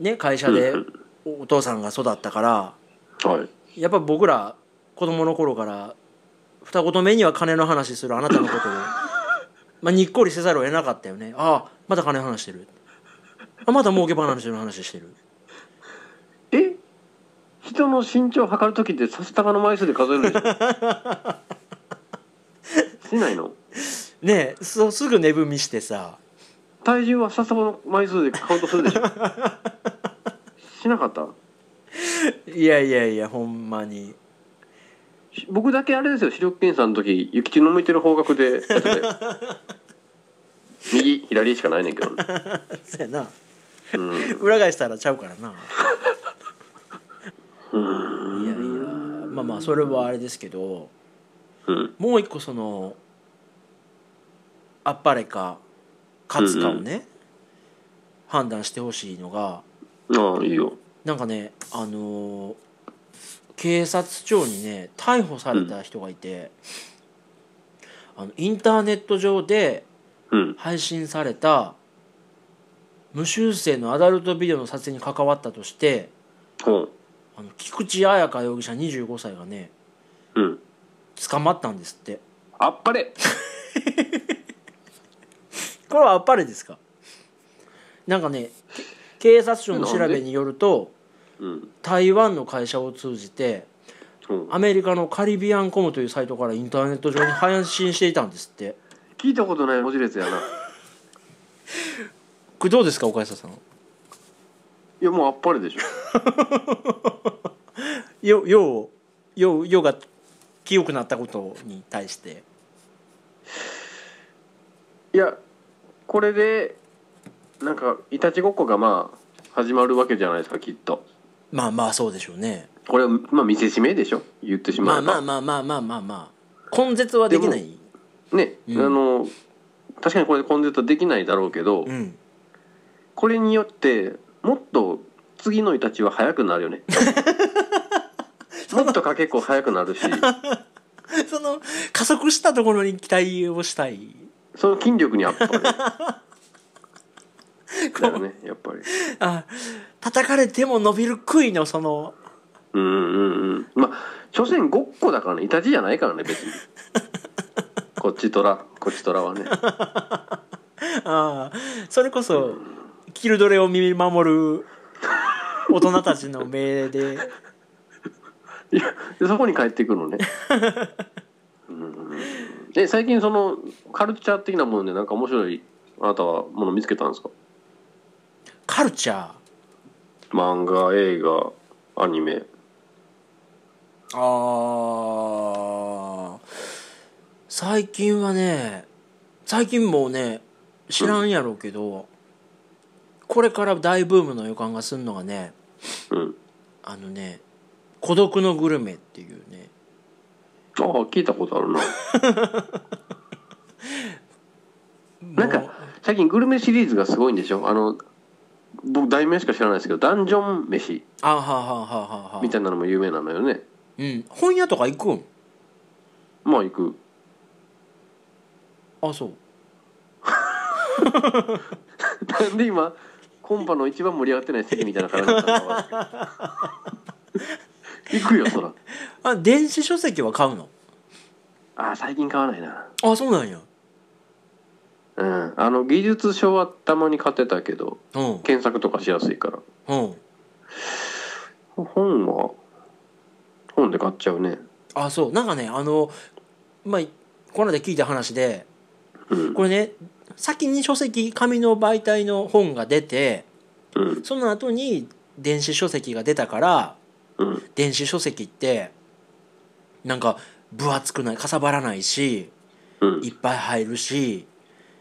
Speaker 2: ね、会社で
Speaker 1: うん
Speaker 2: お父さんが育ったから
Speaker 1: はい
Speaker 2: やっぱ僕ら子供の頃から二言目には金の話するあなたのことをまあにっこりせざるを得なかったよねああまた金の話してるあまた儲け話の話してる
Speaker 1: え人の身長測る時ってさすたかの枚数で数えるで しょしないの
Speaker 2: ねえそうすぐ値踏みしてさ
Speaker 1: 体重はさすたかの枚数でカウントするでしょしなかった
Speaker 2: いやいやいやほんまに
Speaker 1: し僕だけあれですよ視力検査の時諭吉の向いてる方角でやってた よ右左しかないねんけどね、
Speaker 2: そやな
Speaker 1: うん
Speaker 2: 裏返したらちゃうからな
Speaker 1: うん
Speaker 2: いやいやまあまあそれはあれですけど
Speaker 1: うん
Speaker 2: もう一個そのあっぱれか勝つかをね、判断してほしいのが
Speaker 1: ああいいよ
Speaker 2: なんかねあのー警察庁にね逮捕された人がいて、あのインターネット上で
Speaker 1: うん
Speaker 2: 配信された無修正のアダルトビデオの撮影に関わったとして
Speaker 1: ほう
Speaker 2: あの菊池彩香容疑者25歳がね
Speaker 1: うん
Speaker 2: 捕まったんですって
Speaker 1: あっぱれ
Speaker 2: これはあっぱれですかなんかねけ警察庁の調べによると
Speaker 1: うん
Speaker 2: 台湾の会社を通じて
Speaker 1: うん
Speaker 2: アメリカのカリビアンコムというサイトからインターネット上に配信していたんですって
Speaker 1: 聞いたことない文字列やな
Speaker 2: これどうですか岡下さん
Speaker 1: いやもうあっぱれでしょ
Speaker 2: よようようようが清くなったことに対して
Speaker 1: いやこれでなんかいたちごっこがまあ始まるわけじゃないですかきっと
Speaker 2: まあまあそうでしょうね
Speaker 1: これはまあ見せしめでしょ言ってし
Speaker 2: ま
Speaker 1: ま
Speaker 2: あ
Speaker 1: えば、
Speaker 2: まあまあまあまあまあまあ根絶はできない
Speaker 1: ね、
Speaker 2: うん
Speaker 1: あの確かにこれで根絶はできないだろうけど、
Speaker 2: うん
Speaker 1: これによってもっと次のイタチは早くなるよ ねもっとかけっこ早くな るし
Speaker 2: その加速したところに期待をしたい
Speaker 1: その筋力にやっぱりだよ
Speaker 2: こう
Speaker 1: ねやっぱり
Speaker 2: あ叩かれても伸びる杭のその
Speaker 1: うんうんうんまあ所詮ごっこだからねイタチじゃないからね別に こっちとらこっちとらはね
Speaker 2: ああそれこそキルドレを見守る大人たちの命で
Speaker 1: いやでそこに帰ってくるのねうんで最近そのカルチャー的なものでなんか面白いあなたはもの見つけたんですか
Speaker 2: カルチャー
Speaker 1: 漫画映画アニメ
Speaker 2: ああ最近はね最近もうね知らんやろうけど、これから大ブームの予感がするのがね
Speaker 1: うん
Speaker 2: あのね「孤独のグルメ」っていうね
Speaker 1: ああ聞いたことあるななん
Speaker 2: もう
Speaker 1: か最近グルメシリーズがすごいんでしょあの僕題名しか知らないですけどダンジョン飯
Speaker 2: あははははは
Speaker 1: みたいなのも有名なのよね
Speaker 2: うん本屋とか行くん
Speaker 1: まあ行く
Speaker 2: あそう
Speaker 1: なんで今コンパの一番盛り上がってない席みたいな感じだったのか分かんない行くよそら
Speaker 2: あ電子書籍は買うの
Speaker 1: ああ最近買わないな
Speaker 2: あそうなんや
Speaker 1: うんあの技術書はたまに買ってたけど
Speaker 2: うん
Speaker 1: 検索とかしやすいから
Speaker 2: うん
Speaker 1: 本は本で買っちゃうね
Speaker 2: あそうなんかねあのまあこの間聞いた話で
Speaker 1: うん
Speaker 2: これね先に書籍紙の媒体の本が出て
Speaker 1: うん
Speaker 2: その後に電子書籍が出たから
Speaker 1: うん
Speaker 2: 電子書籍ってなんか分厚くないかさばらないし
Speaker 1: うん
Speaker 2: いっぱい入るし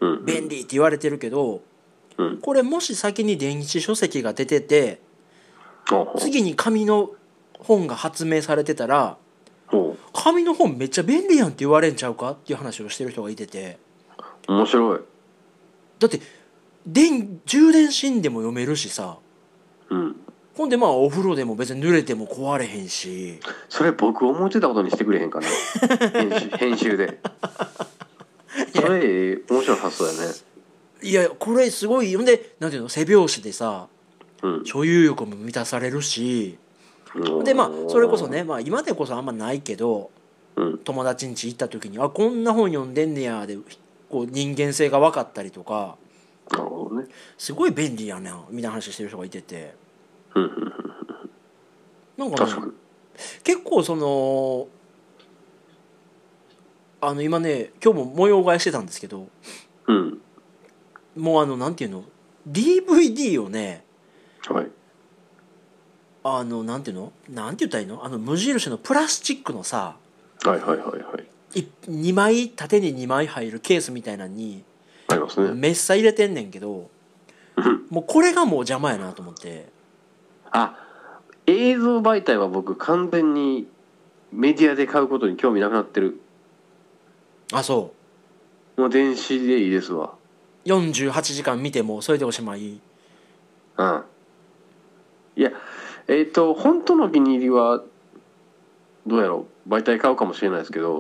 Speaker 1: うん
Speaker 2: 便利って言われてるけど
Speaker 1: うん
Speaker 2: これもし先に電子書籍が出てて
Speaker 1: あ
Speaker 2: 次に紙の本が発明されてたら
Speaker 1: ほ
Speaker 2: 紙の本めっちゃ便利やんって言われんちゃうかっていう話をしてる人がいてて
Speaker 1: う面白い
Speaker 2: だって電充電芯でも読めるしさ
Speaker 1: うん
Speaker 2: ほんでまあお風呂でも別に濡れても壊れへんし
Speaker 1: それ僕思ってたことにしてくれへんかな編 集編集でそれええ面白い発想だよね
Speaker 2: いやこれすごいほんでなんていうの背拍子でさ
Speaker 1: うん
Speaker 2: 所有欲も満たされるし
Speaker 1: うん
Speaker 2: でまあそれこそね、まあ、今でこそあんまないけど
Speaker 1: うん
Speaker 2: 友達ん家行った時に「あこんな本読んでんねや」でこう人間性が分かったりとか
Speaker 1: なるほどね
Speaker 2: すごい便利やなみたいな話してる人がいてて
Speaker 1: うんうんうん
Speaker 2: なんか,、ね
Speaker 1: 確、かに
Speaker 2: 結構そのあの今ね今日も模様替えしてたんですけど
Speaker 1: うん
Speaker 2: もうあのなんていうの DVD をね
Speaker 1: はい
Speaker 2: あのなんていうのなんて言ったらいいのあの無印のプラスチックのさ
Speaker 1: はいはいはいはい
Speaker 2: 2枚縦に2枚入るケースみたいなのに
Speaker 1: ありますね
Speaker 2: めっさ入れてんねんけど
Speaker 1: うん
Speaker 2: もうこれがもう邪魔やなと思って
Speaker 1: あ映像媒体は僕完全にメディアで買うことに興味なくなってる
Speaker 2: あそ
Speaker 1: もう電子でいいですわ
Speaker 2: う48時間見てもそれでおしまい
Speaker 1: うんいやえっ、と本当のお気に入りはどうやろう媒体買うかもしれないですけど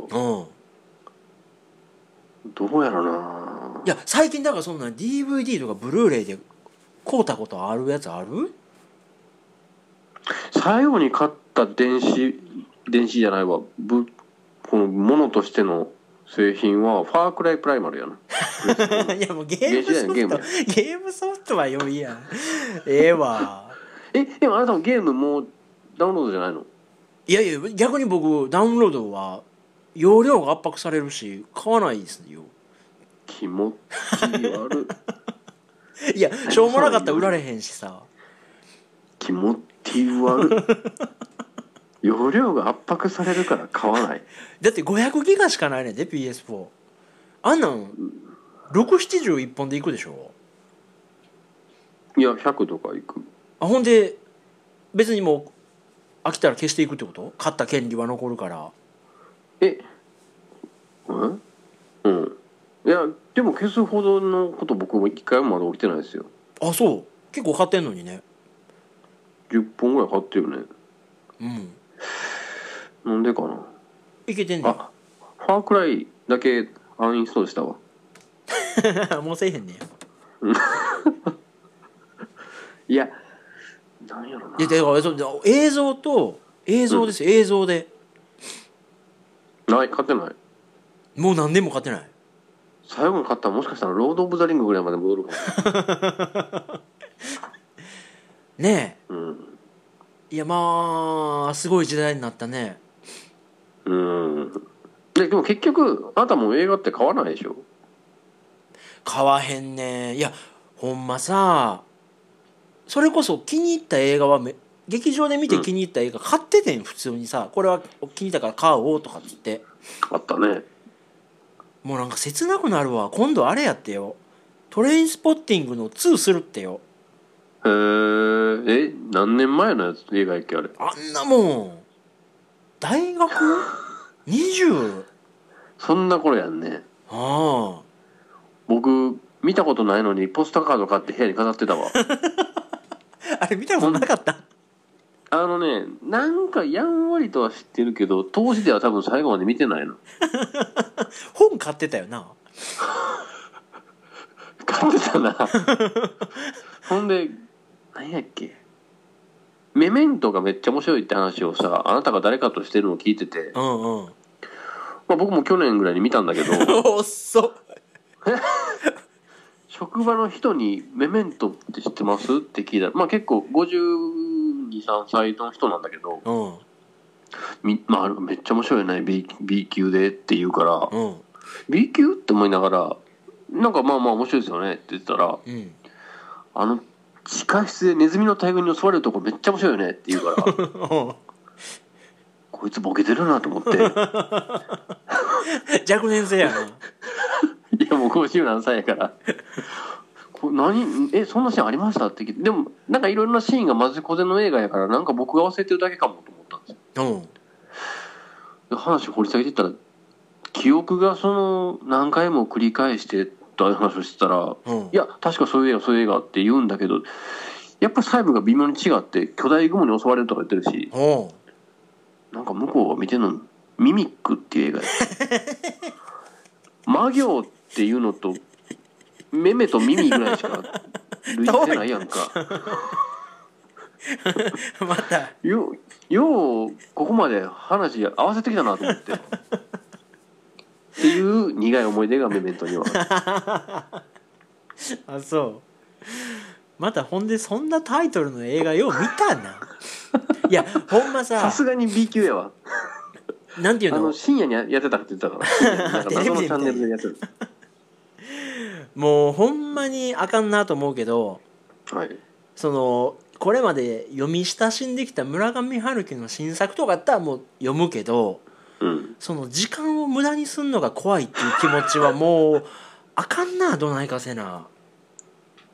Speaker 2: うん
Speaker 1: どうやろない
Speaker 2: や最近だからそんな DVD とかブルーレイで買うたことあるやつある
Speaker 1: 最後に買った電子電子じゃないわぶこのものとしての製品はファークライプライマルやな
Speaker 2: いやもうゲームソフトゲ
Speaker 1: ゲーム
Speaker 2: ームソフトは良いやんええわ
Speaker 1: えでもあなたもゲームもうダウンロードじゃないの
Speaker 2: いやいや逆に僕ダウンロードは容量が圧迫されるし買わないですよ
Speaker 1: 気持ち悪い
Speaker 2: いやしょうもなかったら売られへんしさ
Speaker 1: 気持ち悪い容量が圧迫されるから買わない
Speaker 2: だって500ギガしかないねんで PS4 あんなん671本でいくでしょ
Speaker 1: いや100とかいく
Speaker 2: あほんで別にもう飽きたら消していくってこと勝った権利は残るから
Speaker 1: えうんうんいやでも消すほどのこと僕も一回もまだ起きてないですよ
Speaker 2: あそう結構買ってんのにね
Speaker 1: 10本ぐらい買ってるね
Speaker 2: うん
Speaker 1: なんでかない
Speaker 2: けてんね
Speaker 1: あファークライだけアンインストールしたわ
Speaker 2: ん もうせえへんねん
Speaker 1: いやなんやろない
Speaker 2: やだからそう映像と映像ですよ、映像で
Speaker 1: ない買ってない
Speaker 2: もう何年も買ってない
Speaker 1: 最後に買ったらもしかしたらロード・オブ・ザ・リングぐらいまで戻るか
Speaker 2: ね
Speaker 1: もうん
Speaker 2: えいやまあすごい時代になったね
Speaker 1: うんででも結局あなたも映画って買わないでしょ
Speaker 2: 買わへんねんいやほんまさそれこそ気に入った映画はめ劇場で見て気に入った映画買っててん普通にさこれは気に入ったから買おうとかっつって
Speaker 1: あったね
Speaker 2: もうなんか切なくなるわ今度あれやってよトレインスポッティングの2するってよ
Speaker 1: へええ何年前のやつ映画やっけあれ
Speaker 2: あんなもん大学 20?
Speaker 1: そんな頃やんね
Speaker 2: ああ
Speaker 1: 僕見たことないのにポスターカード買って部屋に飾ってたわ
Speaker 2: あれ見たことなかった
Speaker 1: あのねなんかやんわりとは知ってるけど当時では多分最後まで見てないの
Speaker 2: 本買ってたよな
Speaker 1: 買ってたなほんで何やっけメメントがめっちゃ面白いって話をさあなたが誰かとしてるのを聞いてて、
Speaker 2: うんうん
Speaker 1: まあ、僕も去年ぐらいに見たんだけど
Speaker 2: おっそ
Speaker 1: 職場の人に「メメントって知ってます?」って聞いたらまあ結構523歳の人なんだけど
Speaker 2: うん
Speaker 1: み、まあ、あれめっちゃ面白いね B, B 級でって言うから
Speaker 2: うん
Speaker 1: B 級って思いながらなんかまあまあ面白いですよねって言ってたら
Speaker 2: うん
Speaker 1: あの地下室でネズミの大群に襲われるとこめっちゃ面白いよねって言うから
Speaker 2: うん
Speaker 1: こいつボケてるなと思ってい
Speaker 2: 若年性やな
Speaker 1: やもう50何歳やからこれ何えそんなシーンありましたって聞いてでもなんかいろんなシーンがマジコゼの映画やからなんか僕が忘れてるだけかもと思ったんですよ
Speaker 2: うん
Speaker 1: で話掘り下げてったら記憶がその何回も繰り返してとああいう話をしてたら
Speaker 2: うん
Speaker 1: いや確かそういう映画そういう映画って言うんだけどやっぱり細部が微妙に違って巨大雲に襲われるとか言ってるし
Speaker 2: おう
Speaker 1: なんか向こうが見てるのミミックっていう映画 や魔行っていうのとメメと耳ぐらいしか類似してないやん か
Speaker 2: また
Speaker 1: よようここまで話合わせてきたなと思ってっていう苦い思い出がメメントに は
Speaker 2: あそうまたほんでそんなタイトルの映画よう見たないやほんま
Speaker 1: さ
Speaker 2: さ
Speaker 1: すがに B 級やわ
Speaker 2: なんていう
Speaker 1: あの
Speaker 2: の
Speaker 1: 深夜にやってたって言ってたから なんか謎のチャンネルでやってる
Speaker 2: もうほんまにあかんなと思うけど
Speaker 1: はい
Speaker 2: そのこれまで読み親しんできた村上春樹の新作とかあったらもう読むけど
Speaker 1: うん
Speaker 2: その時間を無駄にすんのが怖いっていう気持ちはもうあかんなどないかせな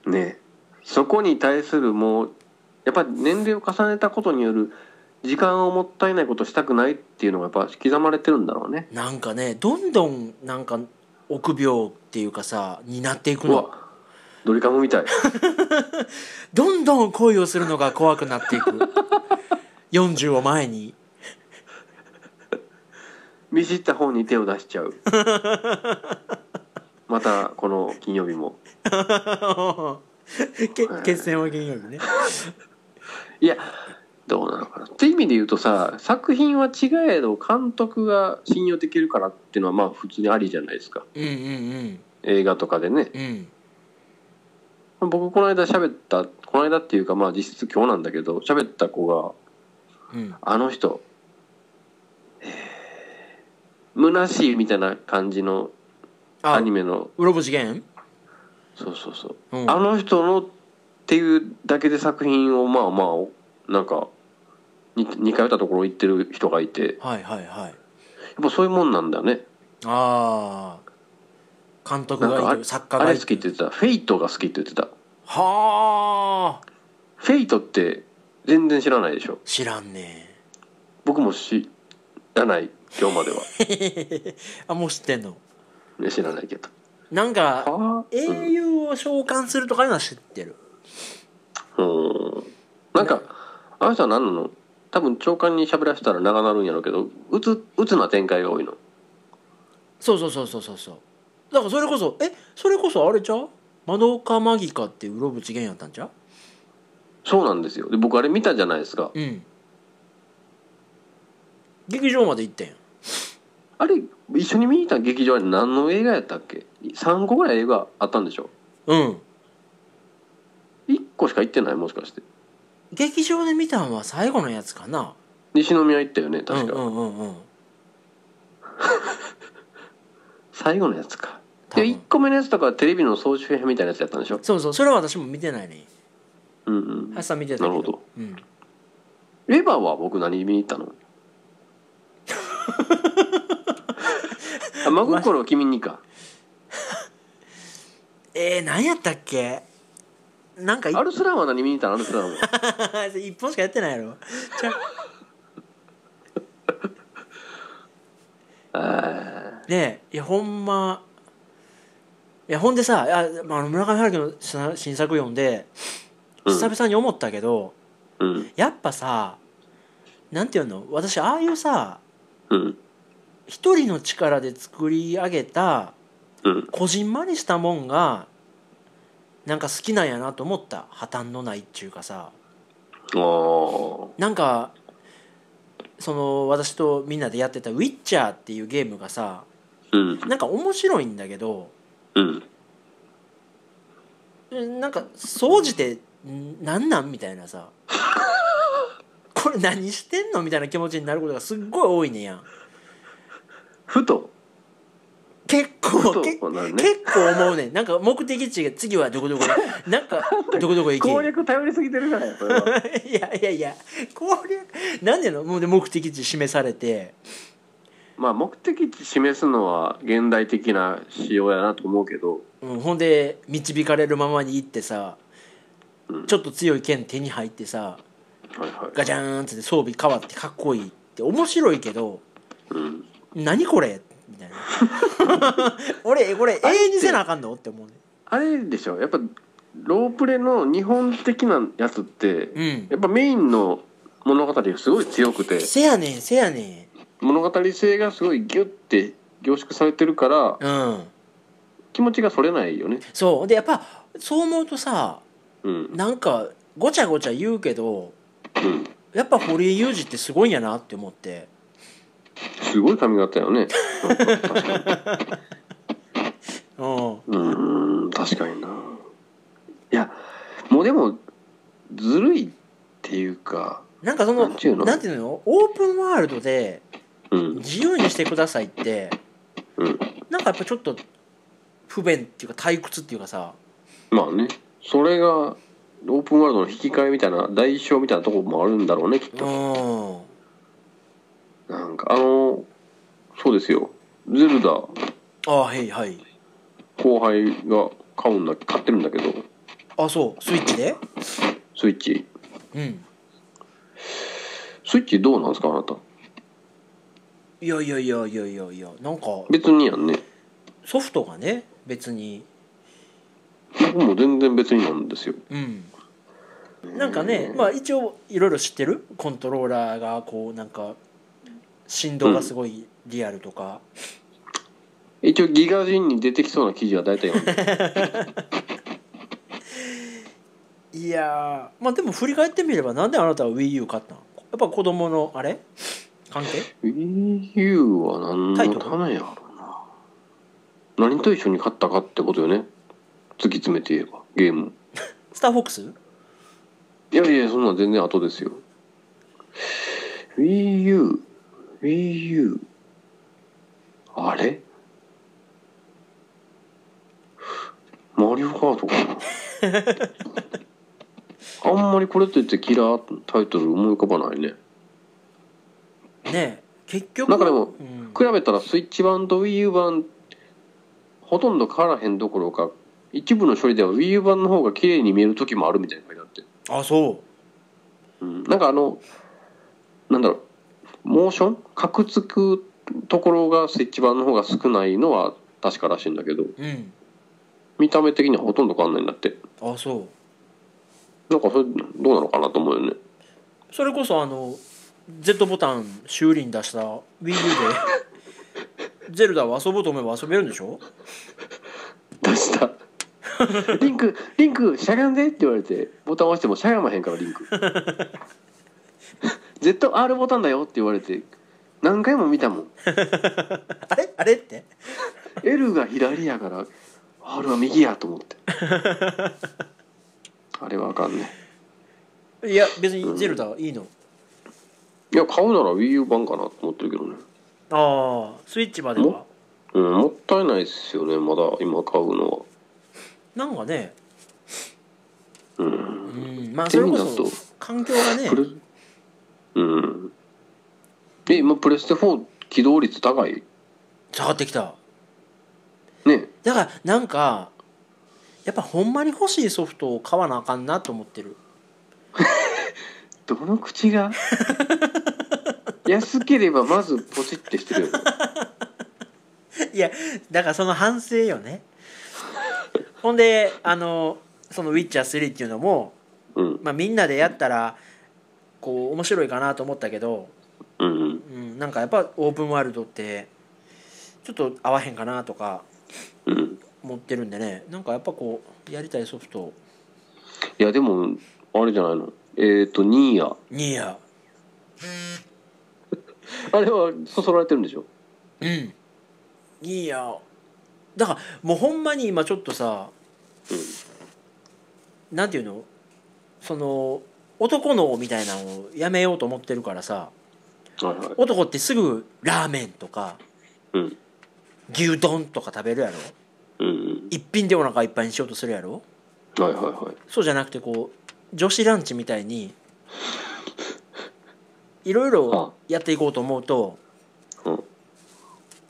Speaker 1: ねえそこに対するもうやっぱり年齢を重ねたことによる時間をもったいないことしたくないっていうのがやっぱ刻まれてるんだろうね
Speaker 2: なんかねどんどんなんか臆病っていうかさになっていく
Speaker 1: う
Speaker 2: の
Speaker 1: わドリカムみたい
Speaker 2: どんどん恋をするのが怖くなって いく40を前に
Speaker 1: 見知った方に手を出しちゃうまたこの金曜日も
Speaker 2: け決戦は金曜日ね
Speaker 1: いやどうなのかなって意味で言うとさ作品は違えど監督が信用できるからっていうのはまあ普通にありじゃないですか
Speaker 2: うんうん
Speaker 1: 映画とかでね
Speaker 2: うんうん
Speaker 1: 僕この間喋ったこの間っていうかまあ実質今日なんだけど喋った子が
Speaker 2: うん
Speaker 1: あの人、えー、虚しいみたいな感じのア
Speaker 2: あ
Speaker 1: ニメの、
Speaker 2: うろぼしげん
Speaker 1: そうそうそう、
Speaker 2: うん
Speaker 1: あの人のっていうだけで作品をまあまあ、なんか、に似通ったところ行ってる人がいて、やっ
Speaker 2: はいはいはい
Speaker 1: ぱそういうもんなんだね。
Speaker 2: ああ監督
Speaker 1: なんか
Speaker 2: が
Speaker 1: あ
Speaker 2: いる作家
Speaker 1: あ
Speaker 2: が
Speaker 1: れ
Speaker 2: いる
Speaker 1: 好きって言ってた。フェイトが好きって言ってた。
Speaker 2: はあ
Speaker 1: フェイトって全然知らないでしょ
Speaker 2: 知らんね
Speaker 1: 僕も知らない今日までは
Speaker 2: あもう知ってん の
Speaker 1: ね知らないけど
Speaker 2: なんか
Speaker 1: はあ
Speaker 2: 英雄を召喚するとかいうのは知ってる
Speaker 1: うんなんかあの人は何なの多分長官に喋らせたら長なるんやろうけどうつうつな展開が多いの
Speaker 2: そうそうそうそうそうそうだからそれこそえそれこそあれちゃうマドカマギカってうろぶちげんやったんちゃう
Speaker 1: そうなんですよで僕あれ見たじゃないですか
Speaker 2: うん劇場まで行ったんや
Speaker 1: あれ一緒に見に行った劇場あれ何の映画やったっけ3個ぐらい映画あったんでしょ
Speaker 2: うん
Speaker 1: 1個しか行ってないもしかして
Speaker 2: 劇場で見たんは最後のやつかな
Speaker 1: 西宮行ったよね確か、
Speaker 2: うんうんうんうん
Speaker 1: 最後のやつか
Speaker 2: 多
Speaker 1: で
Speaker 2: 分
Speaker 1: 1個目のやつとかはテレビの総集編みたいなやつやったんでしょ
Speaker 2: そうそうそれは私も見てないね
Speaker 1: うんうん
Speaker 2: 林さん見てたけ
Speaker 1: な
Speaker 2: ど
Speaker 1: るほど
Speaker 2: うん、
Speaker 1: エヴァは僕何見に行った のあ真心君にか
Speaker 2: えー、何やったっけなんかい
Speaker 1: アルスランは何見に行ったのアルスランは
Speaker 2: 一本しかやってないやろちゃ
Speaker 1: あ
Speaker 2: ねえいやほんまいやほんでさああの村上春樹の新新作読んで
Speaker 1: うん
Speaker 2: 久々に思ったけど、
Speaker 1: ーうん
Speaker 2: やっぱさなんていうの私ああいうさ
Speaker 1: うん
Speaker 2: 一人の力で作り上げた
Speaker 1: うん
Speaker 2: こじんまりしたもんがなんか好きなんやなと思った破綻のないっていうか
Speaker 1: あ
Speaker 2: さ
Speaker 1: あ
Speaker 2: なんかその私とみんなでやってた「ウィッチャー」っていうゲームがさ
Speaker 1: うん
Speaker 2: なんか面白いんだけど
Speaker 1: うん
Speaker 2: うんなんか総じてんなんなんみたいなさこれ何してんのみたいな気持ちになることがすっごい多いねやん
Speaker 1: ふと
Speaker 2: 結構
Speaker 1: そう
Speaker 2: け結
Speaker 1: なるね
Speaker 2: 構思うねんなんか目的地が次はどこどこでなんかどこどこ行け
Speaker 1: 攻略頼りすぎてるからやそれ は
Speaker 2: いやいやいや攻略なんでのもうで目的地示されて
Speaker 1: まあ目的地示すのは現代的な仕様やなと思うけど
Speaker 2: うん、ほんで導かれるままに行って
Speaker 1: う
Speaker 2: さ、
Speaker 1: ん
Speaker 2: ちょっと強い剣手に入ってさ
Speaker 1: はいはい
Speaker 2: ガチャーンっつって装備変わってかっこいいって面白いけど
Speaker 1: うん
Speaker 2: 何これみ たいな俺これ永遠にせなあかんのって思うね
Speaker 1: あれでしょやっぱロープレの日本的なやつって、
Speaker 2: うん
Speaker 1: やっぱメインの物語がすごい強くて
Speaker 2: せやねんせやね
Speaker 1: 物語性がすごいギュッて凝縮されてるから
Speaker 2: んうん
Speaker 1: 気持ちがそれないよね
Speaker 2: そうでやっぱそう思うとさ
Speaker 1: うん
Speaker 2: なんかごちゃごちゃ言うけど
Speaker 1: うん
Speaker 2: やっぱ堀江雄二ってすごいんやなって思って
Speaker 1: すごい髪型よね
Speaker 2: うん
Speaker 1: うーん確かにないやもうでもずるいっていうか
Speaker 2: なんかその
Speaker 1: なんていうの
Speaker 2: なんていうのオープンワールドで
Speaker 1: うん
Speaker 2: 自由にしてくださいって
Speaker 1: うん
Speaker 2: なんかやっぱちょっと不便っていうか退屈っていうかさ
Speaker 1: まあねそれがオープンワールドの引き換えみたいな代償みたいなとこもあるんだろうねきっ
Speaker 2: う
Speaker 1: と
Speaker 2: ん
Speaker 1: なんかあのそうですよゼルダ
Speaker 2: あはいはい
Speaker 1: 後輩が買うんだ買ってるんだけど
Speaker 2: あそうスイッチで
Speaker 1: スイッチ
Speaker 2: うん
Speaker 1: スイッチどうなんですかあなた
Speaker 2: いやいやいやいやいやいやなんか
Speaker 1: 別にやんね
Speaker 2: ソフトがね別に
Speaker 1: 僕も全然別になんですよ
Speaker 2: うんなんかねまあ一応いろいろ知ってるコントローラーがこうなんか振動がすごいリアルとか、
Speaker 1: 一応ギガ人に出てきそうな記事は大体読んで
Speaker 2: いやーまあでも振り返ってみればなんであなたは WiiU 買ったのやっぱ子供のあれ関係
Speaker 1: EU は何
Speaker 2: タイト
Speaker 1: の
Speaker 2: ル
Speaker 1: ためやろうな何と一緒に買ったかってことよね突き詰めて言えばゲーム
Speaker 2: スターフォックス
Speaker 1: いやいやそんなん全然後ですよ WiiU WiiU あれマリオカートか なあんまりこれといってキラータイトル思い浮かばないね
Speaker 2: ねえ結局
Speaker 1: なんかでも
Speaker 2: うん
Speaker 1: 比べたらスイッチ版と WiiU 版ほとんど変わらへんどころか一部の処理では Wii U 版の方が綺麗に見える時もあるみたいな書いてあって、
Speaker 2: あそ
Speaker 1: うん、なんかあのなんだろうモーションカクつくところがスイッチ版の方が少ないのは確からしいんだけど
Speaker 2: ううん
Speaker 1: 見た目的にはほとんど変わんないんだって
Speaker 2: あそう
Speaker 1: なんかそれどうなのかなと思うよね
Speaker 2: それこそあの Z ボタン修理に出した WiiU でゼルダを遊ぼうと思えば遊べるんでしょ
Speaker 1: 出したリンクリンクしゃがんでって言われてボタン押してもしゃがまへんからリンク ZR ボタンだよって言われて何回も見たもん
Speaker 2: あれあれって
Speaker 1: L が左やから R は右やと思ってあれはあかんね
Speaker 2: いや別にゼルダいいの、
Speaker 1: いや買うなら WiiU 版かなと思ってるけどね
Speaker 2: ああスイッチまでは
Speaker 1: うんもったいないですよねまだ今買うのは
Speaker 2: なんかね
Speaker 1: うん
Speaker 2: うんまあ
Speaker 1: 手
Speaker 2: それ
Speaker 1: に
Speaker 2: こ
Speaker 1: だと
Speaker 2: そ環境がね
Speaker 1: プレうんえ今プレステ4起動率高い
Speaker 2: 下がってきた
Speaker 1: ね
Speaker 2: だからなんかやっぱほんまに欲しいソフトを買わなあかんなと思ってる
Speaker 1: どの口 が安ければまずポチってしてるよね
Speaker 2: いやだからその反省よねほんであのその「ウィッチャー3」っていうのも、
Speaker 1: うん
Speaker 2: まあ、みんなでやったらこう面白いかなと思ったけど、
Speaker 1: うん
Speaker 2: うん、なんかやっぱオープンワールドってちょっと合わへんかなとか
Speaker 1: うん
Speaker 2: 思ってるんでねなんかやっぱこうやりたいソフト
Speaker 1: いやでもあれじゃないのえっ、とニーヤ
Speaker 2: ニーヤ
Speaker 1: あれはそそられてるんでしょ
Speaker 2: うんニーヤだからもうほんまに今ちょっとさ、なんていうのその男のみたいなのをやめようと思ってるからさ
Speaker 1: はいはい
Speaker 2: 男ってすぐラーメンとか
Speaker 1: うん
Speaker 2: 牛丼とか食べるやろ
Speaker 1: うん
Speaker 2: 一品でお腹いっぱいにしようとするやろ
Speaker 1: うんはいはいはい
Speaker 2: そうじゃなくてこう女子ランチみたいにいろいろやっていこうと思うと
Speaker 1: うん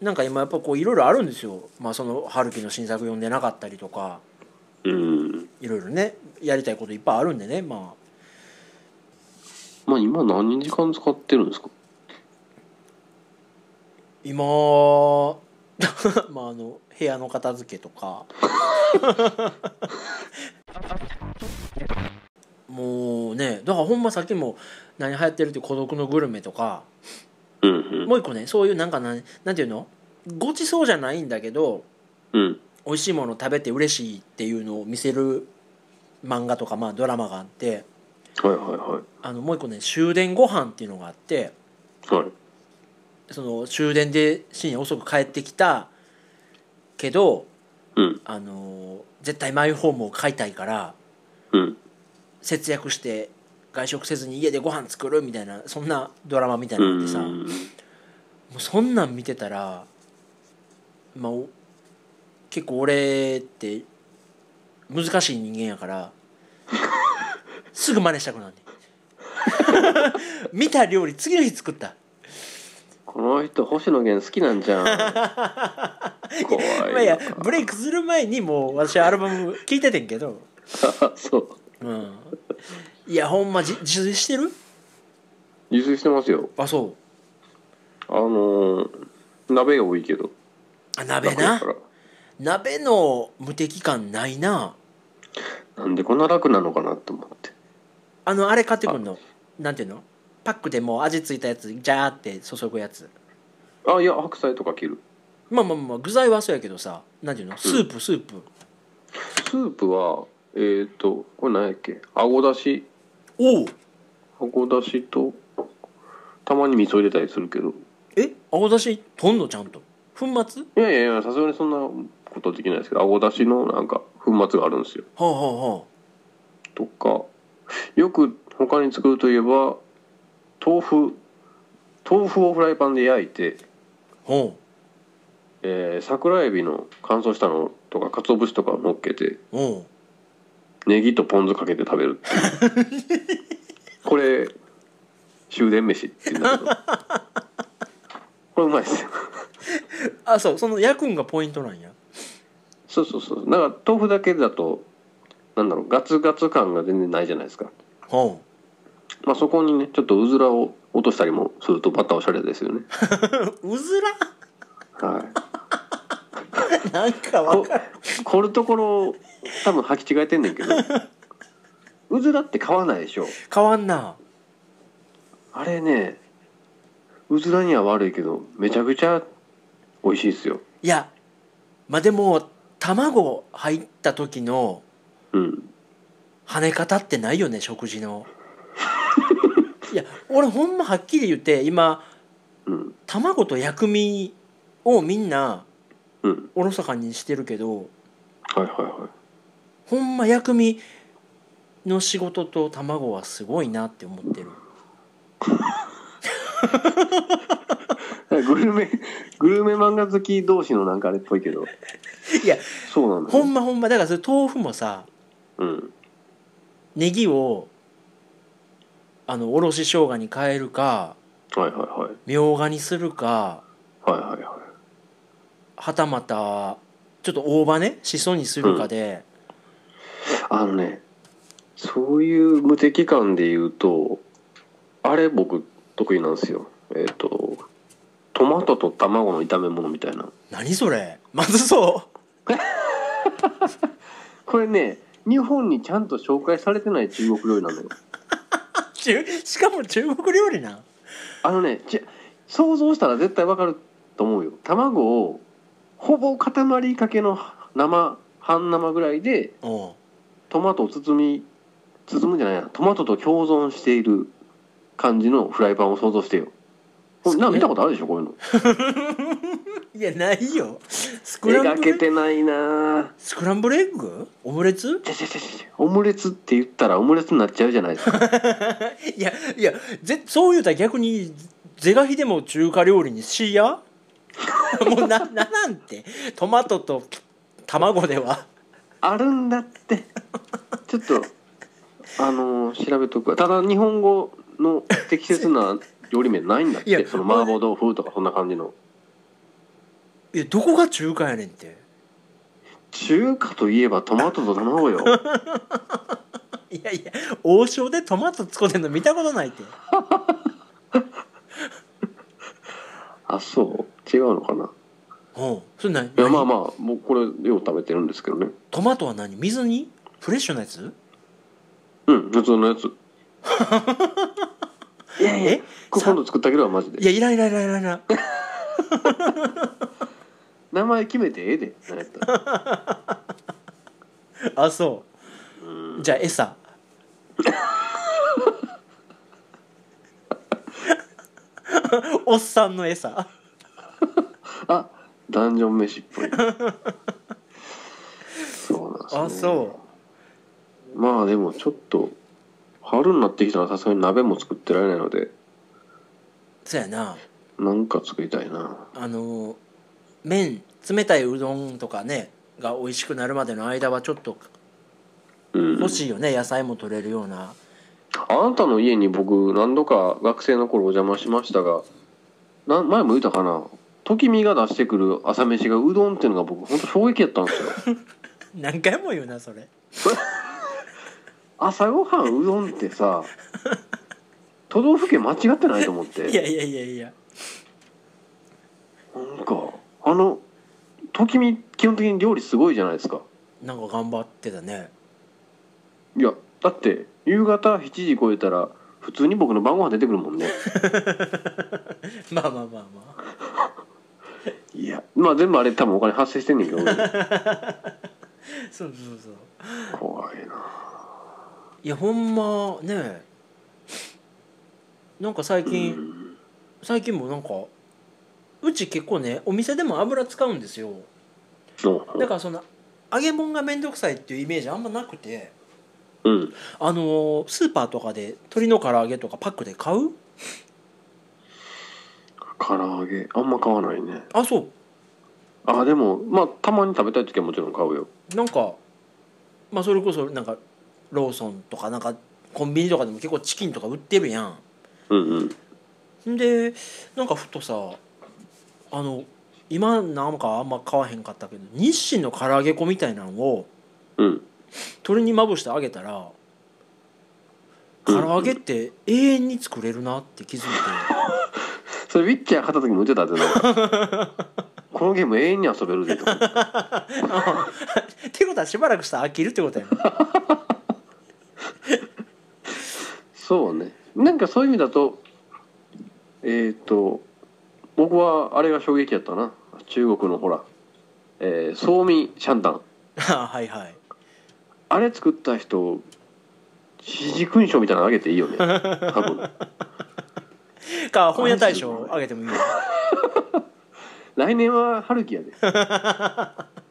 Speaker 2: なんか今やっぱこういろいろあるんですよまあその春樹の新作読んでなかったりとか
Speaker 1: うん
Speaker 2: いろいろねやりたいこといっぱいあるんでねまあ
Speaker 1: まあ今何時間使ってるんですか
Speaker 2: 今 まああの部屋の片付けとかもうねだからほんまさっきも何流行ってるって孤独のグルメとか
Speaker 1: うんうん
Speaker 2: もう一個ねそういうなんかなんなんていうのごちそうじゃないんだけど
Speaker 1: うん
Speaker 2: 美味しいもの食べて嬉しいっていうのを見せる漫画とか、まあ、ドラマがあって
Speaker 1: はいはいは
Speaker 2: あのもう一個ね終電ご飯っていうのがあって
Speaker 1: いはい
Speaker 2: その終電で深夜遅く帰ってきたけど
Speaker 1: うん
Speaker 2: あの絶対マイホームを買いたいから
Speaker 1: うん
Speaker 2: 節約して外食せずに家でご飯作るみたいなそんなドラマみたいうなのあってさ、も
Speaker 1: ん
Speaker 2: うそんなん見てたら、まあ、お結構俺って難しい人間やからすぐ真似したくなんねん見た料理次の日作った
Speaker 1: この人星野源好きなんじゃ ん怖い
Speaker 2: まあ
Speaker 1: ない
Speaker 2: やブレイクする前にもう私アルバム聴いててんけど、
Speaker 1: そう
Speaker 2: うん、いやほんまじ自炊してる
Speaker 1: 自炊してますよ
Speaker 2: あそう
Speaker 1: あのー鍋が多いけど
Speaker 2: あ鍋
Speaker 1: 楽や
Speaker 2: な
Speaker 1: から
Speaker 2: 鍋の無敵感ないな
Speaker 1: なんでこんな楽なのかなと思って
Speaker 2: あのあれ買ってくんのなんていうのパックでもう味付いたやつジャーって注ぐやつ
Speaker 1: あいや白菜とか切る
Speaker 2: まあまあまあ具材はそうやけどさなんていうのスープスープ
Speaker 1: スープはえっ、ー、とこれ何やっけあごだし
Speaker 2: おお
Speaker 1: あごだしとたまに味噌入れたりするけど
Speaker 2: え青だしとんのちゃんと粉末
Speaker 1: いやいやいやさすがにそんなことできないですけどあごだしのなんか粉末があるんですよ
Speaker 2: ほうほ
Speaker 1: とかよく他に作るといえば豆腐豆腐をフライパンで焼いて、
Speaker 2: うほうほ
Speaker 1: えー桜えびの乾燥したのとか鰹節とかを乗っけて
Speaker 2: うおう
Speaker 1: ネギとポン酢かけて食べるっていうこれ終電飯って言うんだけどこれうまいですよ
Speaker 2: あそうその焼くんがポイントなんや
Speaker 1: そうそうそうなんか豆腐だけだとなんだろうガツガツ感が全然ないじゃないですか、
Speaker 2: ほ
Speaker 1: まあ、そこにねちょっとうずらを落としたりもするとバッターおしゃれですよね
Speaker 2: ううずら
Speaker 1: はい
Speaker 2: なんかわかる
Speaker 1: これところ多分履き違えてんねんけどうずらって買わないでしょ
Speaker 2: 変わんな
Speaker 1: あれねうずらには悪いけどめちゃくちゃ美味しいですよ
Speaker 2: いやまあでも卵入った時の
Speaker 1: うん
Speaker 2: 跳ね方ってないよね食 事のいや俺ほんまはっきり言って今
Speaker 1: うん
Speaker 2: 卵と薬味をみんな
Speaker 1: うん
Speaker 2: おろそかにしてるけど
Speaker 1: はいはいはい
Speaker 2: ほんま薬味の仕事と卵はすごいなって思ってる
Speaker 1: グルメ、グルメ漫画好き同士のなんかあれっぽいけど。
Speaker 2: いや
Speaker 1: そうなんだ、
Speaker 2: ほんまほんまだからそれ豆腐もさ
Speaker 1: うん。
Speaker 2: ネギをあのおろし生姜に変えるか
Speaker 1: はいはいはい。
Speaker 2: みょうがにするか
Speaker 1: はいはいは
Speaker 2: はたまたちょっと大葉ねしそにするかで、
Speaker 1: い。あのね、そういう無敵感で言うと、あれ僕得意なんですよ。えっ、と、トマトと卵の炒め物みたいな。
Speaker 2: 何それまずそ
Speaker 1: これね、日本にちゃんと紹介されてない中国料理なのよ。
Speaker 2: う中しかも中国料理なん
Speaker 1: あのね、じゃ想像したら絶対わかると思うよ。卵を、ほぼ塊かけの生、半生ぐらいで、
Speaker 2: おう
Speaker 1: トマトを包み包むんじゃないなトマトと共存している感じのフライパンを想像してよこれなんか見たことあるでしょこういうの
Speaker 2: いやないよスクラン
Speaker 1: 描
Speaker 2: ブルエ
Speaker 1: け
Speaker 2: ッグ
Speaker 1: てないな
Speaker 2: スクランブルエッグオムレツ
Speaker 1: ぁちょちょちょちょオムレツって言ったらオムレツになっちゃうじゃないですか
Speaker 2: いやいやぜそう言うたら逆に是が非でも中華料理にしや もうなななんてトマトと卵では
Speaker 1: あるんだってちょっとあのー調べとくわただ日本語の適切な料理名ないんだっ
Speaker 2: いや
Speaker 1: てその麻婆豆腐とかそんな感じの
Speaker 2: いやどこが中華やねんって
Speaker 1: 中華といえばトマトと卵 よ
Speaker 2: いやいや王将でトマト使うてんの見たことないって
Speaker 1: あそう違うのかな
Speaker 2: うんそれ何
Speaker 1: いやまあまあもうこれよう食べてるんですけどね
Speaker 2: トマトは何水にフレッシュなやつ
Speaker 1: うん普通のや ついやいや
Speaker 2: え
Speaker 1: これ
Speaker 2: さ
Speaker 1: 今度作ってあげるわマジ
Speaker 2: い
Speaker 1: で
Speaker 2: やいらんいらんいらんいらんいらん
Speaker 1: 名前決めてええでなんやった ら
Speaker 2: あそううんじゃあ餌 おっさんの餌
Speaker 1: あダンジョン飯っ ぽいそうなんですね
Speaker 2: あそう
Speaker 1: まあでもちょっと春になってきたらさすがに鍋も作ってられないので
Speaker 2: そうやな
Speaker 1: なんか作りたいな
Speaker 2: あの麺冷たいうどんとかねが美味しくなるまでの間はちょっと
Speaker 1: うん
Speaker 2: 欲しいよね、野菜も取れるような
Speaker 1: あなたの家に僕何度か学生の頃お邪魔しましたがなん前も言ったかなときみが出してくる朝飯がうどんっていうのが僕本当衝撃やったん ですよ
Speaker 2: 何回も言うなそれ
Speaker 1: 朝ごはんうどんってさ都道府県間違ってないと思っ
Speaker 2: い
Speaker 1: て
Speaker 2: やいやいやいや
Speaker 1: なんかあのときみ基本的に料理すごいじゃないですか
Speaker 2: なんか頑張ってたね
Speaker 1: いやだって夕方7時超えたら普通に僕の晩ご飯出てくるもんね
Speaker 2: まあまあまあまあ
Speaker 1: いやまあ全部あれ多分お金発生してんねんけど
Speaker 2: そうそうそう
Speaker 1: 怖いない
Speaker 2: やほんまねなんか最近、
Speaker 1: うん
Speaker 2: 最近もなんかうち結構ねお店でも油使うんですよだからその揚げ物が面倒くさいっていうイメージあんまなくて
Speaker 1: うん
Speaker 2: あのースーパーとかで鶏の唐揚げとかパックで買う
Speaker 1: 唐揚げあんま買わないね
Speaker 2: あそ
Speaker 1: あでもまあたまに食べたい時はもちろん買うよ
Speaker 2: うなんかまあそれこそなんかローソンとかなんかコンビニとかでも結構チキンとか売ってるやん
Speaker 1: うんうん
Speaker 2: んでなんかふとさあの今なんかあんま買わへんかったけど日清の唐揚げ粉みたいなのを
Speaker 1: うん
Speaker 2: 鶏にまぶして揚げたら
Speaker 1: う
Speaker 2: 唐
Speaker 1: ん
Speaker 2: 揚げって永遠に作れるなって気づいて
Speaker 1: それウィッチャー買った時も言ってたってなこのゲーム永遠に遊べるでとか言って
Speaker 2: ってことはしばらくしたら飽きるってことやな
Speaker 1: そうねなんかそういう意味だとえっ、と僕はあれが衝撃やったな中国のほらえー、ソーミシャンダン
Speaker 2: あはいはい
Speaker 1: あれ作った人四字勲章みたいなのあげていいよ ね多分
Speaker 2: か本屋大賞あげてもいいよ
Speaker 1: 来年は春樹や でいやー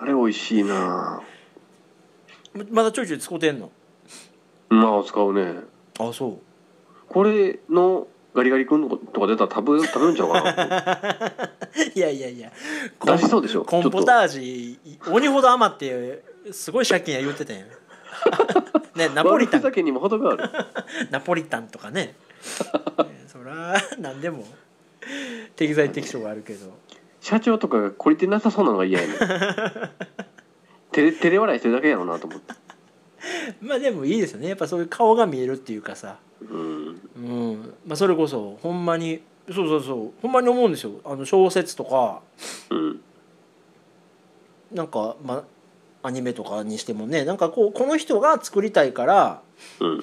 Speaker 1: あれ美味しいな
Speaker 2: まだちょいちょい使うてんの
Speaker 1: まあ使うね
Speaker 2: あそう
Speaker 1: これのガリガリ君とか出たら食べ食べるんちゃうか な
Speaker 2: いやいやいや
Speaker 1: 出しそうでしょ
Speaker 2: コン
Speaker 1: ちょっと
Speaker 2: ポタージュ鬼ほど余ってすごい借金や言ってた やんねナポリ
Speaker 1: 悪ふ
Speaker 2: タン
Speaker 1: ざけにも程がある
Speaker 2: ナポリタンとかね ねそら何でも適材適所があるけど
Speaker 1: 社長とかが懲りてなさそうなのが嫌や ねん照れ照れ笑いしてるだけやろうなと思って
Speaker 2: まあでもいいですよねやっぱそういう顔が見えるっていうかさ
Speaker 1: うん
Speaker 2: うんまあそれこそほんまにそうそうそうほんまに思うんですよあの小説とか
Speaker 1: うん
Speaker 2: なんかまあアニメとかにしてもねなんかこうこの人が作りたいから
Speaker 1: うん